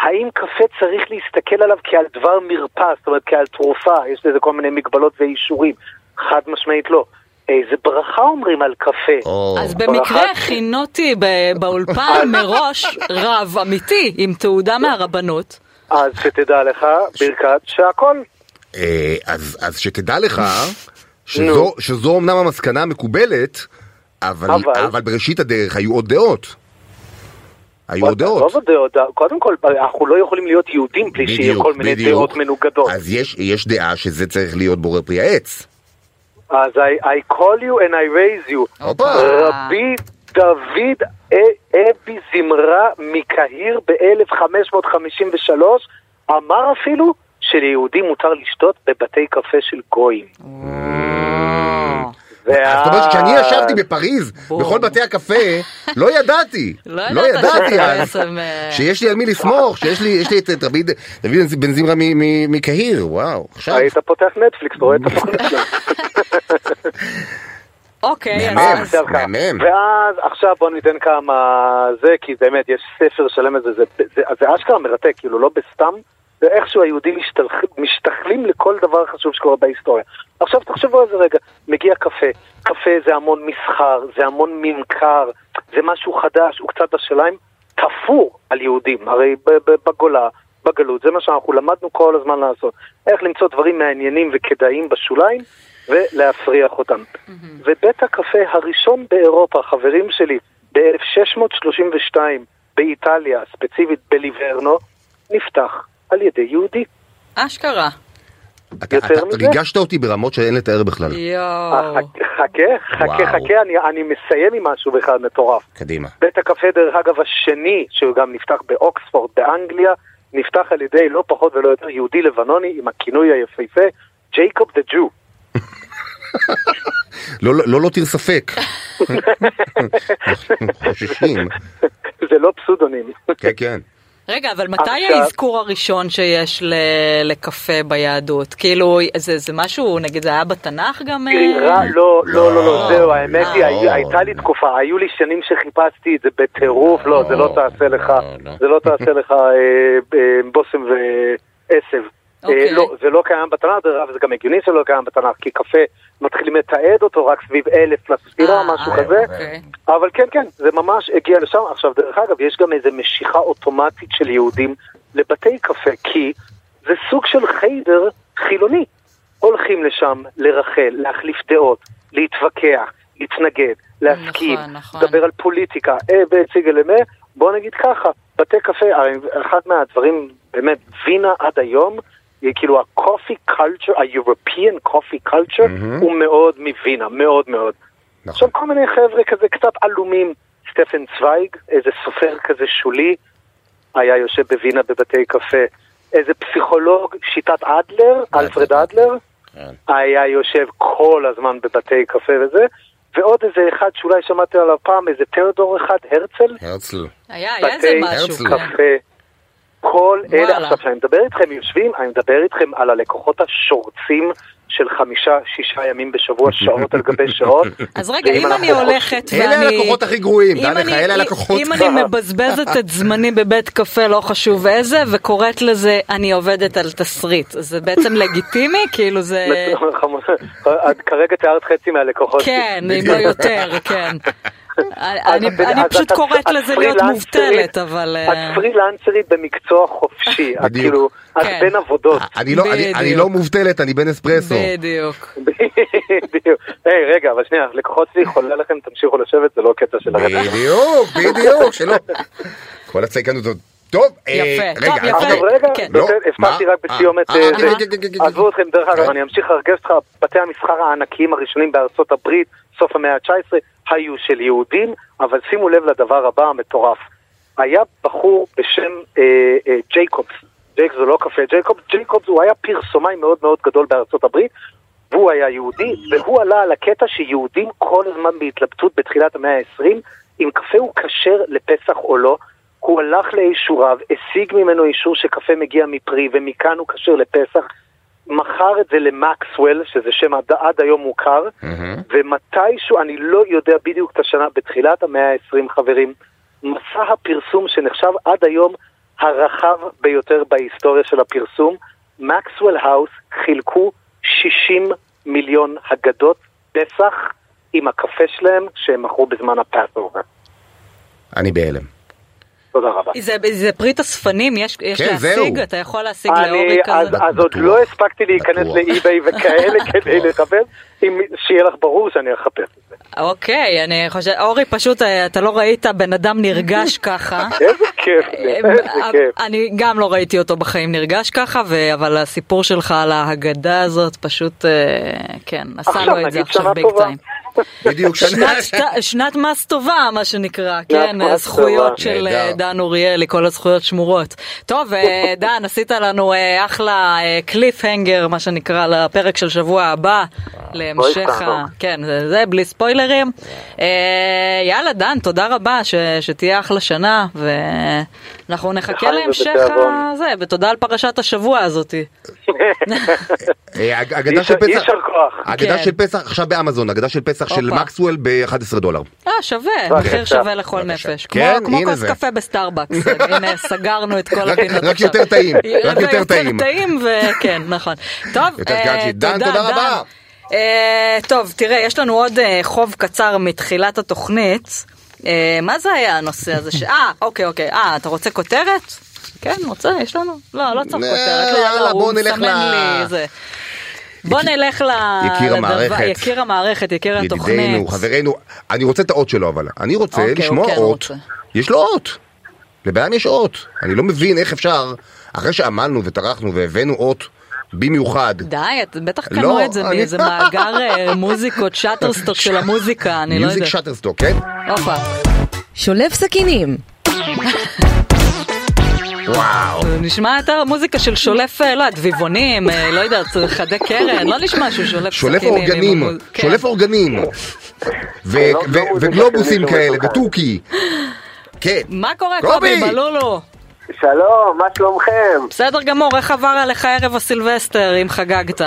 Speaker 1: האם קפה צריך להסתכל עליו כעל דבר מרפא, זאת אומרת כעל תרופה, יש לזה כל מיני מגבלות ואישורים? חד משמעית לא. איזה ברכה אומרים על קפה.
Speaker 2: או,
Speaker 3: אז במקרה
Speaker 1: אחת.
Speaker 3: הכינותי ב- באולפן מראש רב אמיתי עם תעודה מהרבנות.
Speaker 1: אז שתדע לך, ברכת שהכל.
Speaker 2: אה, אז אז שתדע לך, שזו-
Speaker 1: נו.
Speaker 2: שזו אמנם המסקנה המקובלת, אבל
Speaker 1: אבל-
Speaker 2: אבל בראשית הדרך היו עוד דעות. היו עוד דעות.
Speaker 1: רוב הדעות, לא קודם כל, אנחנו לא יכולים להיות יהודים בלי שיהיו כל מיני דעות מנוגדות.
Speaker 2: אז יש, יש דעה שזה צריך להיות בורא פרי העץ.
Speaker 1: אז I, I call you and I raise you.
Speaker 2: הופה.
Speaker 1: רבי דוד א- אבי זמרה מקהיר ב-1553 אמר אפילו שליהודים מותר לשתות בבתי קפה של גויים.
Speaker 2: אז זאת אומרת, כשאני ישבתי בפריז,
Speaker 3: אה, בום.
Speaker 2: בכל בתי הקפה, לא ידעתי.
Speaker 3: לא
Speaker 2: לא
Speaker 3: ידעת
Speaker 2: ידעתי
Speaker 3: שזה
Speaker 2: אז.
Speaker 3: בעצם, אה,
Speaker 2: שיש לי על מי לסמוך, שיש לי יש לי את את רבי ד- דוד בן זמרה מ- מ- מקהיר, וואו. עכשיו.
Speaker 1: כן. היית פותח נטפליקס, אתה רואה את התוכנית שלנו.
Speaker 3: אוקיי, אז-
Speaker 2: מהמם.
Speaker 3: אז
Speaker 1: אז ככה.
Speaker 2: מהמם.
Speaker 1: ואז עכשיו בוא ניתן כמה זה, כי באמת יש ספר שלם לזה, זה, זה, זה, זה אשכרה מרתק, כאילו לא בסתם, זה איכשהו היהודים משתלח- משתחלים לכל דבר חשוב שקורה בהיסטוריה. עכשיו תחשבו על זה רגע, מגיע קפה, קפה זה המון מסחר, זה המון ממכר, זה משהו חדש, הוא קצת בשוליים, תפור על יהודים, הרי ב- ב- בגולה, בגלות, זה מה שאנחנו למדנו כל הזמן לעשות, איך למצוא דברים מעניינים וכדאיים בשוליים ולהפריח אותם. ובית הקפה הראשון באירופה, חברים שלי, ב-1632 באיטליה, ספציפית בליברנו, נפתח על ידי יהודי.
Speaker 3: אשכרה.
Speaker 2: אתה
Speaker 1: יותר
Speaker 2: אתה
Speaker 1: מזה?
Speaker 2: ריגשת אותי ברמות שאין לתאר בכלל.
Speaker 1: אה,
Speaker 3: יואו.
Speaker 1: חכה,
Speaker 2: וואו.
Speaker 1: חכה, חכה, אני, אני מסיים עם משהו בכלל מטורף.
Speaker 2: קדימה.
Speaker 1: בית הקפה, דרך אגב, השני, שהוא גם נפתח באוקספורד, באנגליה, נפתח על ידי לא פחות ולא יותר יהודי לבנוני עם הכינוי היפהפה, ג'ייקוב דה ג'ו.
Speaker 2: לא- לא להותיר ספק. חוששים.
Speaker 1: זה לא פסודונים.
Speaker 2: כן, כן.
Speaker 3: רגע, אבל מתי
Speaker 1: עכשיו-
Speaker 3: האזכור הראשון שיש ל- לקפה ביהדות? כאילו, זה זה משהו, נגיד זה היה בתנ"ך גם? אה?
Speaker 1: תראי, רע- לא, לא, לא,
Speaker 2: לא,
Speaker 1: לא, זהו, האמת היא,
Speaker 2: לא.
Speaker 1: הי- הייתה לי תקופה, היו לי שנים שחיפשתי את זה בטירוף, לא, זה לא
Speaker 3: אה.
Speaker 1: תעשה לך,
Speaker 2: לא.
Speaker 1: זה לא תעשה לך אה, אה, בושם ועשב. אה,
Speaker 3: אוקיי.
Speaker 1: לא, זה לא קיים בתנ"ך, דרך אגב, זה גם הגיוני שלא קיים בתנ"ך, כי קפה מתחילים לתעד אותו רק סביב אלף לספירה,
Speaker 3: אה,
Speaker 1: לא, משהו
Speaker 3: אה,
Speaker 1: כזה,
Speaker 3: אוקיי.
Speaker 1: אבל כן, כן, זה ממש הגיע לשם. עכשיו, דרך אגב, יש גם איזו משיכה אוטומטית של יהודים לבתי קפה, כי זה סוג של חיידר חילוני. הולכים לשם לרחל, להחליף דעות, להתווכח, להתנגד, להסכים,
Speaker 3: נכון, נכון.
Speaker 1: לדבר על פוליטיקה, אה, והציג אלמה, בוא נגיד ככה, בתי קפה, אה, אחד מהדברים, באמת, וינה עד היום, היא כאילו הקופי קלצ'ר, ה-European קופי קלצ'ר, הוא מאוד מווינה, מאוד מאוד.
Speaker 2: נכון.
Speaker 1: עכשיו כל מיני חבר'ה כזה קצת עלומים, סטפן צוויג, איזה סופר כזה שולי, היה יושב בווינה בבתי קפה, איזה פסיכולוג, שיטת אדלר, אלפרד אדלר,
Speaker 2: כן.
Speaker 1: היה יושב כל הזמן בבתי קפה וזה, ועוד איזה אחד שאולי שמעתי עליו פעם, איזה תיאודור אחד, הרצל,
Speaker 2: הרצל.
Speaker 3: היה, היה איזה
Speaker 1: בתי
Speaker 3: משהו.
Speaker 2: הרצל.
Speaker 3: כן.
Speaker 1: קפה. כל
Speaker 3: וואלה.
Speaker 1: אלה, עכשיו כשאני מדבר איתכם יושבים, אני מדבר איתכם על הלקוחות השורצים של חמישה, שישה ימים בשבוע, שעות על גבי שעות.
Speaker 3: אז רגע,
Speaker 1: ואם
Speaker 3: אם אני
Speaker 1: אנחנו לא-
Speaker 3: הולכת ואני...
Speaker 2: אלה הלקוחות הכי גרועים,
Speaker 3: אם
Speaker 2: דע לך,
Speaker 3: אני-
Speaker 2: אלה הלקוחות.
Speaker 3: אם אני מבזבזת את זמני בבית קפה, לא חשוב איזה, וקוראת לזה אני עובדת על תסריט, זה בעצם לגיטימי? כאילו זה...
Speaker 1: חמור. את כרגע תיארת חצי מהלקוחות.
Speaker 3: כן, אם לא יותר, כן. אני
Speaker 1: אז-
Speaker 3: אני
Speaker 1: אז
Speaker 3: פשוט
Speaker 1: את-
Speaker 3: קוראת
Speaker 1: את
Speaker 3: לזה להיות
Speaker 1: פרילנסרית-
Speaker 3: מובטלת, אבל... אה,
Speaker 1: את פרילנסרית במקצוע חופשי. את
Speaker 2: בדיוק.
Speaker 1: כאילו, את
Speaker 3: כן.
Speaker 1: בין עבודות.
Speaker 2: אני לא- אני- אני
Speaker 3: בדיוק.
Speaker 2: לא מובטלת, אני בן אספרסו.
Speaker 3: בדיוק.
Speaker 1: בדיוק. היי, רגע, אבל שנייה, לקוחות שלי חולה לכם, תמשיכו לשבת, זה לא קטע של הרצח.
Speaker 2: בדיוק, בדיוק, שלא. כל הצייקנות הזאת. טוב, אה,
Speaker 3: יפה.
Speaker 2: רגע,
Speaker 3: טוב, יפה.
Speaker 2: אוקיי.
Speaker 1: עכשיו רגע,
Speaker 3: כן.
Speaker 2: לא,
Speaker 1: בסדר, הבטחתי
Speaker 2: מה?
Speaker 1: רק בסיומת,
Speaker 2: אה,
Speaker 1: אה,
Speaker 2: אה,
Speaker 1: זה.
Speaker 2: אה, אה, אה,
Speaker 1: עזבו אתכם, דרך
Speaker 2: אה.
Speaker 1: אגב, אני אמשיך לרגש אותך, בתי המסחר הענקיים הראשונים בארצות הברית, סוף המאה ה-19, היו של יהודים, אבל שימו לב לדבר הבא המטורף. היה בחור בשם אה, אה, ג'ייקובס, ג'ייקובס זה לא קפה, ג'ייקובס, ג'ייקובס הוא היה פרסומאי מאוד מאוד גדול בארצות הברית, והוא היה יהודי, והוא עלה על הקטע שיהודים כל הזמן בהתלבטות בתחילת המאה ה-20, אם קפה הוא כשר לפסח או לא. הוא הלך לאישור רב, השיג ממנו אישור שקפה מגיע מפרי, ומכאן הוא כשר לפסח. מכר את זה למקסוול, שזה שם עד, עד היום מוכר, ומתישהו, אני לא יודע בדיוק את השנה, בתחילת המאה ה-20, חברים, מסע הפרסום שנחשב עד היום הרחב ביותר בהיסטוריה של הפרסום, מקסוול האוס חילקו 60 מיליון הגדות פסח עם הקפה שלהם שהם מכרו בזמן הפאסובר.
Speaker 2: אני בהלם.
Speaker 1: תודה רבה.
Speaker 3: זה, זה פרי תספנים, יש, יש
Speaker 2: כן,
Speaker 3: להשיג,
Speaker 2: זהו.
Speaker 3: אתה יכול להשיג
Speaker 1: אני,
Speaker 3: לאורי
Speaker 1: אז,
Speaker 3: כזה.
Speaker 1: אז עוד
Speaker 2: בטוח.
Speaker 1: לא הספקתי להיכנס
Speaker 2: בטוח.
Speaker 1: לאי-ביי וכאלה כדי לחפש, אם שיהיה לך ברור שאני אחפש את זה.
Speaker 3: אוקיי, אני חושבת, אורי פשוט, אה, אתה לא ראית בן אדם נרגש ככה.
Speaker 1: איזה כיף,
Speaker 3: אה,
Speaker 1: זה, איזה כיף.
Speaker 3: אני גם לא ראיתי אותו בחיים נרגש ככה, ו- אבל הסיפור שלך על ההגדה הזאת פשוט, אה, כן, עשה
Speaker 1: עכשיו
Speaker 3: לו את זה
Speaker 1: נגיד
Speaker 3: עכשיו
Speaker 1: שנה
Speaker 3: ביג
Speaker 1: טובה.
Speaker 3: טיים.
Speaker 2: בדיוק שנה.
Speaker 3: שנת ת- שנת מס טובה, מה שנקרא, כן,
Speaker 1: מס
Speaker 3: הזכויות
Speaker 1: טובה.
Speaker 3: של
Speaker 2: נהדר.
Speaker 3: אה, דן אוריאלי, כל הזכויות שמורות. טוב, אה, דן, עשית לנו אה, אחלה קליף הנגר, מה שנקרא, לפרק של שבוע הבא, להמשך
Speaker 1: תענוג.
Speaker 3: ה... כן, זה- זה, בלי ספוילרים. אה, יאללה, דן, תודה רבה, ש- שתהיה אחלה שנה, ואנחנו נחכה
Speaker 1: לחיים
Speaker 3: להמשך
Speaker 1: ובתיאבון.
Speaker 3: הזה, ותודה על פרשת השבוע הזאתי.
Speaker 2: אה, הג-
Speaker 1: אי
Speaker 2: הגדה של
Speaker 1: אפשר- אי
Speaker 2: פסח.
Speaker 1: אפשר כוח.
Speaker 2: הגדה
Speaker 3: כן.
Speaker 2: של פסח עכשיו באמזון, הגדה של פסח של
Speaker 3: הופה.
Speaker 2: מקסוול ב-11 דולר.
Speaker 3: אה, שווה,
Speaker 1: בבקשה.
Speaker 3: מחיר שווה לכל
Speaker 2: בבקשה.
Speaker 3: נפש.
Speaker 2: כן,
Speaker 3: כמו- כמו
Speaker 2: הנה
Speaker 3: כוס
Speaker 2: זה.
Speaker 3: קפה בסטארבקס. אה, הנה, סגרנו את כל
Speaker 2: רק- רק
Speaker 3: הפינות עכשיו.
Speaker 2: יותר טעים, רק
Speaker 3: זה
Speaker 2: יותר טעים.
Speaker 3: טעים, וכן, נכון. טוב,
Speaker 2: יותר
Speaker 3: אה,
Speaker 2: קאצ'י. דן, תודה רבה.
Speaker 3: אה, טוב, תראה, יש לנו עוד אה, חוב קצר מתחילת התוכנית. אה, מה זה היה הנושא הזה? ש- אה, אוקיי, אוקיי. אה, אתה רוצה כותרת? כן, רוצה, יש לנו? לא, לא צריך
Speaker 2: אה,
Speaker 3: כותרת. לא,
Speaker 2: יאללה,
Speaker 3: לא,
Speaker 2: בוא
Speaker 3: הוא
Speaker 2: נלך
Speaker 3: מסמן
Speaker 2: ל-
Speaker 3: לי זה. בוא נלך ל...
Speaker 2: יקיר
Speaker 3: לדבר-
Speaker 2: המערכת.
Speaker 3: יקיר המערכת, יקיר התוכנית.
Speaker 2: ידידינו, חברנו, אני רוצה את האות שלו אבל, אני רוצה
Speaker 3: אוקיי, הוא
Speaker 2: לשמוע
Speaker 3: כן
Speaker 2: אות,
Speaker 3: רוצה.
Speaker 2: יש לו אות, לבעם יש אות, אני לא מבין איך אפשר, אחרי שעמלנו וטרחנו והבאנו אות במיוחד,
Speaker 3: די, את בטח
Speaker 2: לא,
Speaker 3: קנו את זה
Speaker 2: אני-
Speaker 3: מאיזה מאגר אה, מוזיקות, שאטרסטוק של המוזיקה, אני לא
Speaker 2: מיוזיק
Speaker 3: יודעת.
Speaker 2: שטרסטוק, כן?
Speaker 3: הופה.
Speaker 9: שולף סכינים,
Speaker 2: וואו,
Speaker 3: נשמע את המוזיקה של שולף, אה, לא, יודעת, דביבונים, אה, לא יודעת, חדי קרן, לא נשמע שהוא שולף
Speaker 2: שולף
Speaker 3: סכינים עם
Speaker 2: אורגנים,
Speaker 3: המוז- כן.
Speaker 2: שולף אורגנים, ו-
Speaker 1: לא-
Speaker 2: ו-
Speaker 1: לא מוזיקה
Speaker 2: וגלובוסים
Speaker 1: של מישהו
Speaker 2: כאלה,
Speaker 1: מסוכן.
Speaker 2: וטורקי, כן,
Speaker 3: מה קורה,
Speaker 2: קובי?
Speaker 3: קובי, בלולו?
Speaker 1: שלום, מה שלומכם?
Speaker 3: בסדר גמור, איך עבר עליך ערב הסילבסטר, אם חגגת?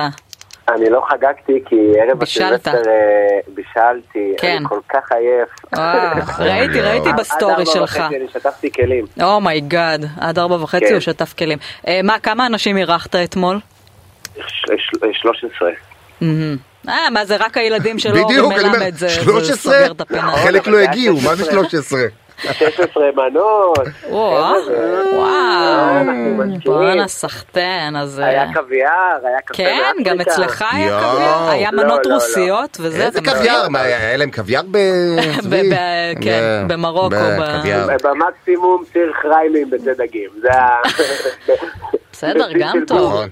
Speaker 1: אני לא חגגתי כי ערב
Speaker 3: בישלת.
Speaker 1: הסילבסטר אה, בישלתי,
Speaker 3: כן.
Speaker 1: אני כל כך עייף.
Speaker 3: אה, ראיתי, ראיתי
Speaker 1: עד
Speaker 3: בסטורי
Speaker 1: ארבע
Speaker 3: שלך.
Speaker 1: וחצי אני שטפתי כלים.
Speaker 3: אומייגאד, Oh עד ארבע וחצי
Speaker 1: כן.
Speaker 3: הוא שטף כלים. אה, מה, כמה אנשים אירחת אתמול?
Speaker 1: ש- ש- 13.
Speaker 3: מהמם. אה, מה זה רק הילדים של אורי
Speaker 2: בדיוק, אני
Speaker 3: מלמד, זה
Speaker 2: אומר,
Speaker 3: זה
Speaker 2: 13?
Speaker 3: סוגר את הפינה.
Speaker 2: חלק
Speaker 1: אה, אוקיי, אבל
Speaker 2: לא
Speaker 1: זה היה
Speaker 2: הגיעו, מה זה
Speaker 1: 16?
Speaker 2: 13?
Speaker 1: 16 מנות.
Speaker 3: וואו,
Speaker 1: איזה-
Speaker 2: אה,
Speaker 3: וואו,
Speaker 1: אנחנו משקיעים.
Speaker 3: בואנה סחטיין, אז... אה,
Speaker 1: היה קוויאר, היה קפה
Speaker 3: כן,
Speaker 1: מאפריקה.
Speaker 3: גם אצלך היה
Speaker 2: יואו.
Speaker 3: קוויאר? היה
Speaker 1: לא,
Speaker 3: מנות
Speaker 1: לא, לא.
Speaker 3: רוסיות וזה?
Speaker 2: איזה
Speaker 3: אתה מבין?
Speaker 2: אה, קוויאר, מה, היה להם קוויאר ב...
Speaker 3: ב- ב- כן,
Speaker 2: ב-
Speaker 3: במרוקו, ב-
Speaker 2: בקוויאר.
Speaker 1: במקסימום ציר חריילים בצד דגים. זה ה...
Speaker 3: בסדר,
Speaker 1: בשיא
Speaker 3: גם
Speaker 1: של
Speaker 3: טוב.
Speaker 2: נכון.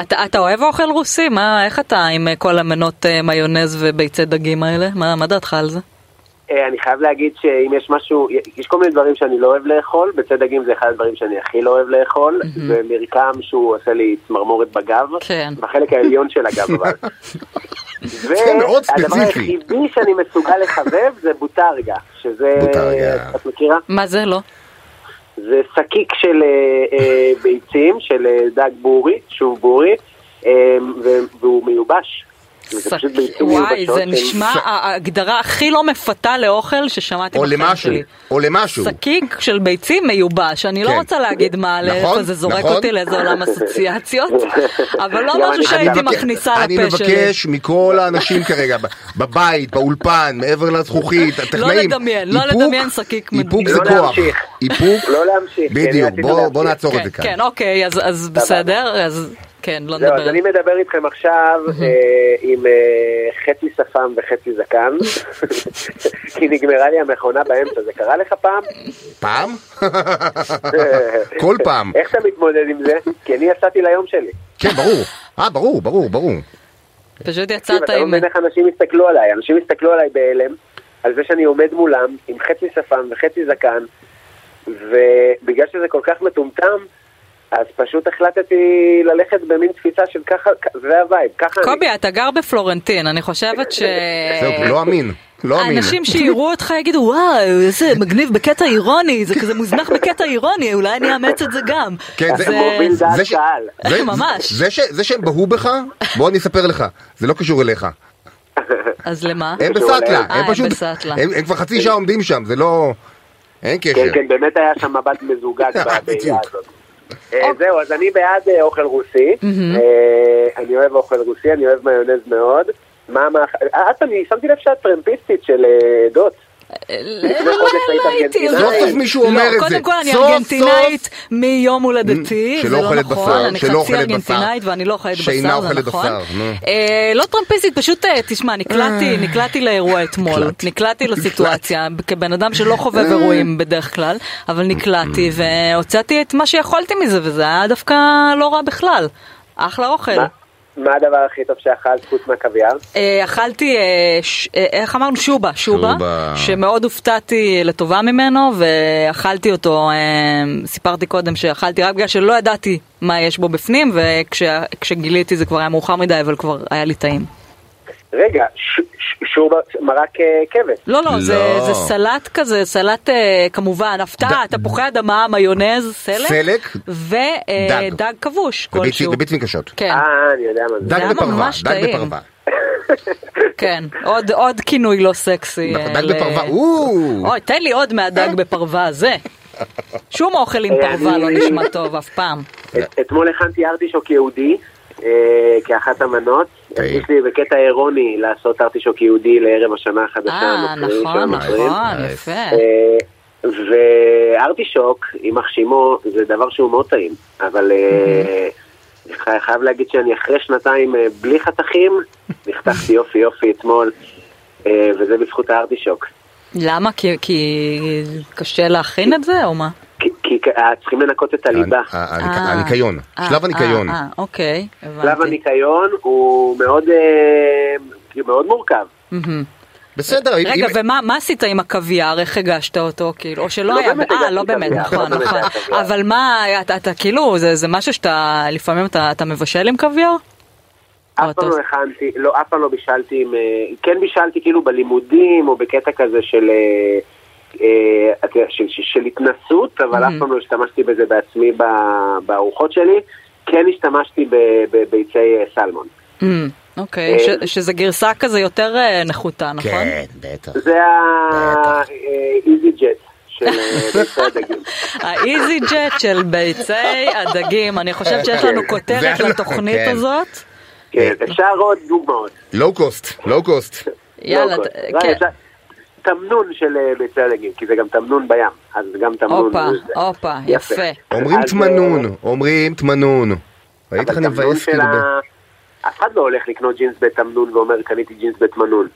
Speaker 3: אתה אתה אוהב אוכל רוסי? מה, איך אתה עם אה, כל המנות אה, מיונז וביצי דגים האלה? מה מה דעתך על זה?
Speaker 1: אה, אני חייב להגיד שאם יש משהו, יש כל מיני דברים שאני לא אוהב לאכול, בצד דגים זה אחד הדברים שאני הכי לא אוהב לאכול, זה מרקם שהוא עושה לי צמרמורת בגב,
Speaker 3: כן.
Speaker 1: בחלק העליון של הגב אבל.
Speaker 2: זה מאוד
Speaker 1: והדבר
Speaker 2: ספציפי.
Speaker 1: היחידי שאני מסוגל לחבב זה בוטרגה, שזה,
Speaker 2: בוטרגה.
Speaker 1: את מכירה?
Speaker 3: מה זה לא?
Speaker 1: זה שקיק של אה, אה, ביצים, של אה, דג בורי, שוב בורי, אה, ו- והוא מיובש. זה פשוט ביצים
Speaker 3: וואי,
Speaker 1: מיובשות
Speaker 3: זה
Speaker 1: של-
Speaker 3: נשמע ההגדרה הכי לא מפתה לאוכל ששמעתי
Speaker 2: או
Speaker 3: בחיים
Speaker 2: למשהו,
Speaker 3: שלי.
Speaker 2: או למשהו.
Speaker 3: שקיק של ביצים מיובש, אני לא
Speaker 2: כן.
Speaker 3: רוצה להגיד מה,
Speaker 2: נכון,
Speaker 3: לאיפה זה זורק
Speaker 2: נכון.
Speaker 3: אותי לאיזה עולם אסוציאציות, אבל
Speaker 1: גם
Speaker 3: לא משהו
Speaker 1: אני
Speaker 3: שהייתי
Speaker 1: חשבתי.
Speaker 3: מכניסה
Speaker 2: אני
Speaker 3: לפה שלי.
Speaker 2: מבקש מכל האנשים כרגע, ב- בבית, באולפן, מעבר לזכוכית, הטכנאים,
Speaker 3: לדמיין, לא
Speaker 2: איפוק-
Speaker 3: לדמיין שקיק מד-
Speaker 2: איפוק
Speaker 1: לא
Speaker 2: זה כוח,
Speaker 1: להמשיך.
Speaker 2: איפוק,
Speaker 1: לא להמשיך, כי אני
Speaker 2: בדיוק,
Speaker 1: רציתי
Speaker 2: בוא-
Speaker 1: להמשיך.
Speaker 2: בוא נעצור את
Speaker 3: כן,
Speaker 2: זה כאן.
Speaker 3: כן, אוקיי, אז- אז בסדר, אז כן, לא
Speaker 1: זהו, אז
Speaker 3: נדבר.
Speaker 1: אני מדבר איתכם עכשיו אה, עם אה, חצי שפם וחצי זקן, כי נגמרה לי המכונה באמצע, זה קרה לך פעם?
Speaker 3: אוקיי.
Speaker 2: פעם? כל פעם.
Speaker 1: איך אתה מתמודד עם זה? כי אני יצאתי ליום שלי.
Speaker 2: כן, ברור. אה, ברור, ברור, ברור.
Speaker 3: פשוט
Speaker 1: תקשיב,
Speaker 3: יצאת
Speaker 1: אתה לא
Speaker 3: עם...
Speaker 1: מבין איך אנשים הסתכלו עליי, אנשים הסתכלו עליי בהלם, על זה שאני עומד מולם עם חצי שפם וחצי זקן, ובגלל שזה כל כך מטומטם, אז פשוט החלטתי ללכת במין תפיסה של ככה, זה הווייב, ככה אני.
Speaker 3: קובי, אתה גר בפלורנטין, אני חושבת ש...
Speaker 2: זהו, לא אמין. לא אמין.
Speaker 3: אה, האנשים שיראו אותך יגידו וואו איזה מגניב בקטע אירוני זה כזה מוזנח בקטע אירוני אולי אני אאמץ את זה גם.
Speaker 2: כן, זה-
Speaker 3: אז, אה,
Speaker 1: מוביל דעת
Speaker 2: זה ש-
Speaker 1: קהל.
Speaker 2: זה-
Speaker 3: ממש.
Speaker 2: זה ש- זה שהם בהו בך, בוא אני אספר לך, זה לא קשור אליך.
Speaker 3: אז למה?
Speaker 2: הם
Speaker 1: קשור
Speaker 2: בסאטלה,
Speaker 1: אליהם.
Speaker 3: אה, הם
Speaker 2: הם פשוט,
Speaker 3: בסאטלה.
Speaker 2: הם הם כבר חצי שעה עומדים שם, זה לא... אין
Speaker 1: כן,
Speaker 2: קשר.
Speaker 1: כן, באמת היה שם מבט מזוגג בבעיה
Speaker 2: בדיוק.
Speaker 1: הזאת.
Speaker 3: אוקיי.
Speaker 1: אה, זהו, אז אני בעד אה, אוכל רוסי. אה, אני אוהב אוכל רוסי, אני אוהב מיונז מאוד. מה המאכל... את, אני שמתי לב שאת טרמפיסטית של אה, דות.
Speaker 3: לא,
Speaker 1: חודש
Speaker 3: לא,
Speaker 1: היית
Speaker 3: לא הייתי,
Speaker 1: ארגנטינאית.
Speaker 3: לא
Speaker 2: סוף
Speaker 3: הייתי.
Speaker 2: סוף מישהו אומר
Speaker 3: לא,
Speaker 2: את זה.
Speaker 3: קודם כל אני
Speaker 2: סוף,
Speaker 3: ארגנטינאית מיום הולדתי,
Speaker 2: שלא
Speaker 3: זה לא
Speaker 2: אוכלת
Speaker 3: נכון,
Speaker 2: בשר,
Speaker 3: אני
Speaker 2: שלא
Speaker 3: חצי
Speaker 2: אוכלת
Speaker 3: ארגנטינאית
Speaker 2: בשר.
Speaker 3: ואני לא אוכלת בשר,
Speaker 2: שאינה
Speaker 3: זה
Speaker 2: אוכלת
Speaker 3: נכון.
Speaker 2: בשר, נו.
Speaker 3: אה, לא טרמפיסטית, פשוט אה, תשמע, נקלעתי, נקלעתי לאירוע אתמול,
Speaker 2: נקלעת.
Speaker 3: נקלעתי לסיטואציה, כבן אדם שלא חובב
Speaker 2: אה.
Speaker 3: אירועים בדרך כלל, אבל נקלעתי והוצאתי את מה שיכולתי מזה, וזה היה דווקא לא רע בכלל. אחלה אוכל.
Speaker 1: מה- מה הדבר הכי טוב שאכלת חוץ מהקוויאר?
Speaker 3: אה, אכלתי, אה, ש- אה, איך אמרנו? שובה, שובה,
Speaker 2: שובה.
Speaker 3: שמאוד הופתעתי לטובה ממנו, ואכלתי אותו, אה, סיפרתי קודם שאכלתי רק בגלל שלא ידעתי מה יש בו בפנים, וכשגיליתי זה כבר היה מאוחר מדי, אבל כבר היה לי טעים.
Speaker 1: רגע, ש- ש- שור ב- מרק אה, כבש.
Speaker 3: לא, לא, זה,
Speaker 2: לא.
Speaker 3: זה סלט כזה, סלט אה, כמובן, הפתעה,
Speaker 2: ד-
Speaker 3: תפוחי אדמה, מיונז, סלק,
Speaker 2: סלק, דג.
Speaker 3: ודג כבוש
Speaker 2: בביצים-
Speaker 3: כלשהו.
Speaker 2: בביצים קשות.
Speaker 3: כן,
Speaker 1: אה, אני יודע מה זה.
Speaker 2: דג
Speaker 3: היה
Speaker 2: בפרווה,
Speaker 3: ממש
Speaker 2: דג
Speaker 3: טעים.
Speaker 2: בפרווה.
Speaker 3: כן, עוד, עוד כינוי לא סקסי.
Speaker 2: נכון,
Speaker 3: אה,
Speaker 2: דג
Speaker 3: ל-
Speaker 2: בפרווה, או.
Speaker 3: אוי, תן לי עוד מהדג בפרווה הזה. שום אוכל עם פרווה לא נשמע טוב אף פעם.
Speaker 1: את- אתמול הכנתי ארטישוק יהודי. אה, כאחת המנות,
Speaker 2: טעים.
Speaker 1: יש לי בקטע אירוני לעשות ארטישוק יהודי לערב השנה החדשה,
Speaker 3: אה,
Speaker 1: הנוצרית של
Speaker 3: נכון,
Speaker 1: הנוצרים.
Speaker 3: נכון, יפה.
Speaker 1: אה, וארטישוק, יימח שמו, זה דבר שהוא מאוד טעים, אבל אה,
Speaker 3: Mm-hmm.
Speaker 1: אני חייב להגיד שאני אחרי שנתיים אה, בלי חתכים, נחתכתי יופי יופי אתמול, אה, וזה בזכות הארטישוק.
Speaker 3: למה? כי- כי קשה להכין את זה או מה?
Speaker 1: כי- כי אה, צריכים לנקות את הליבה.
Speaker 2: ה- ה- הניק-
Speaker 3: אה,
Speaker 2: הניקיון,
Speaker 3: אה,
Speaker 2: שלב
Speaker 3: אה,
Speaker 2: הניקיון.
Speaker 3: אה, אוקיי,
Speaker 1: שלב
Speaker 3: הבנתי.
Speaker 1: הניקיון הוא מאוד, אה, מאוד מורכב.
Speaker 3: מהמם.
Speaker 2: בסדר, אם-
Speaker 3: רגע,
Speaker 2: אם-
Speaker 3: ומה מה עשית עם הקוויאר? איך הגשת אותו? כאילו, או שלא
Speaker 1: לא
Speaker 3: היה...
Speaker 1: באמת
Speaker 3: אה,
Speaker 1: הגשתי
Speaker 3: לא באמת,
Speaker 1: קוויאר,
Speaker 3: נכון,
Speaker 1: לא באמת
Speaker 3: נכון.
Speaker 1: היה קוויאר.
Speaker 3: אבל מה, אתה- אתה כאילו, זה זה משהו שאתה, לפעמים אתה אתה מבשל עם קוויאר?
Speaker 1: אף פעם
Speaker 3: טוב.
Speaker 1: לא הכנתי, לא, אף פעם לא בישלתי עם, אה, כן בישלתי כאילו בלימודים או בקטע כזה של אה, אה, את יודעת, של, של, של התנסות, אבל אף פעם לא השתמשתי בזה בעצמי ב- בארוחות שלי. כן השתמשתי ב- בביצי אה, סלמון.
Speaker 3: אמ, אוקיי, ש- שזה גרסה כזה יותר אה, נחותה, נכון?
Speaker 2: אה. כן, בטח.
Speaker 1: זה האיזי ג'ט של אה, ביצי הדגים.
Speaker 3: האיזי ג'ט של ביצי הדגים, אני חושבת שיש לנו כותרת
Speaker 2: זה לא-
Speaker 3: לתוכנית
Speaker 2: כן.
Speaker 3: הזאת.
Speaker 1: כן, אפשר עוד דוגמאות.
Speaker 2: לואו קוסט, לואו קוסט.
Speaker 3: יאללה,
Speaker 1: לא,
Speaker 3: ת-
Speaker 1: לא,
Speaker 3: כן.
Speaker 1: אפשר- תמנון של אה, ביצי הדגים, כי זה גם תמנון בים, אז זה גם תמנון.
Speaker 3: הופה,
Speaker 1: זה-
Speaker 3: הופה,
Speaker 1: יפה.
Speaker 3: יפה.
Speaker 2: אומרים
Speaker 1: אז, אה,
Speaker 2: תמנון, אומרים תמנון. ראית
Speaker 1: אבל
Speaker 2: איך אני
Speaker 1: תמנון
Speaker 2: מבאס
Speaker 1: של
Speaker 2: כאילו? ב-
Speaker 1: ה- אף אחד לא הולך לקנות ג'ינס בתמנון ואומר קניתי ג'ינס בתמנון.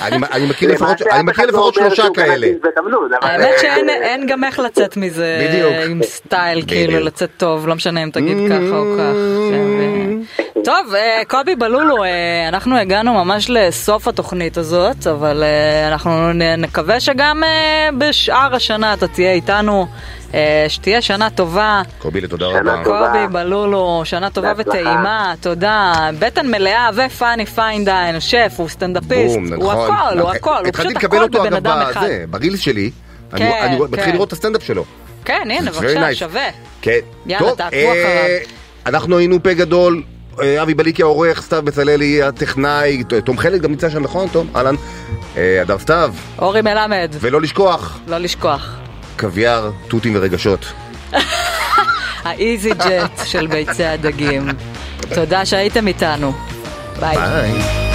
Speaker 2: אני- אני מכיר לפחות-
Speaker 1: למעשה,
Speaker 2: אני
Speaker 1: אף
Speaker 2: מכיר
Speaker 1: אחד לא
Speaker 2: לפחות
Speaker 1: אומר
Speaker 2: שלושה
Speaker 1: שהוא קנה
Speaker 2: כאלה.
Speaker 1: ג'ינס בתמנון, אבל-
Speaker 3: האמת שאין אין גם איך לצאת מזה
Speaker 2: בדיוק.
Speaker 3: עם סטייל, כאילו
Speaker 2: בדיוק. Mm-hmm.
Speaker 3: לצאת טוב, לא משנה אם תגיד ככה או כך. כן, ו- טוב, אה, קובי בלולו, אה, אנחנו הגענו ממש לסוף התוכנית הזאת, אבל אה, אנחנו נ- נקווה שגם אה, בשאר השנה אתה תהיה איתנו, אה, שתהיה שנה טובה.
Speaker 2: קובילה, תודה
Speaker 1: שנה
Speaker 2: רבה.
Speaker 1: טובה.
Speaker 3: קובי בלולו, שנה טובה
Speaker 1: בהצלחה.
Speaker 3: וטעימה, תודה. בטן מלאה ופאני פיינדיין, שף, הוא סטנדאפיסט,
Speaker 2: בום,
Speaker 3: הוא
Speaker 2: נכון.
Speaker 3: הכל, הוא
Speaker 2: לא,
Speaker 3: הכל, הוא
Speaker 2: התחלתי
Speaker 3: פשוט
Speaker 2: לקבל
Speaker 3: הכל
Speaker 2: אותו,
Speaker 3: בבן
Speaker 2: אגב,
Speaker 3: אדם
Speaker 2: בזה,
Speaker 3: אחד.
Speaker 2: ברילס שלי, אני-
Speaker 3: כן,
Speaker 2: אני רואה- מתחיל
Speaker 3: כן.
Speaker 2: לראות את הסטנדאפ שלו.
Speaker 3: כן, הנה,
Speaker 2: It's very
Speaker 3: בבקשה,
Speaker 2: nice.
Speaker 3: שווה.
Speaker 2: כן.
Speaker 3: יאללה,
Speaker 2: טוב,
Speaker 3: תעקבו
Speaker 2: אה,
Speaker 3: אחריו.
Speaker 2: אנחנו היינו פה גדול. אה, אבי בליקי העורך, סתיו בצללי הטכנאי, ת- תום חלק גם נמצא שם, נכון, תום? אהלן. אה, אדר סתיו,
Speaker 3: אורי מלמד,
Speaker 2: ולא לשכוח,
Speaker 3: לא לשכוח.
Speaker 2: קוויאר, תותים ורגשות.
Speaker 3: האיזי ג'ט של ביצי הדגים. תודה שהייתם איתנו. ביי.
Speaker 2: ביי.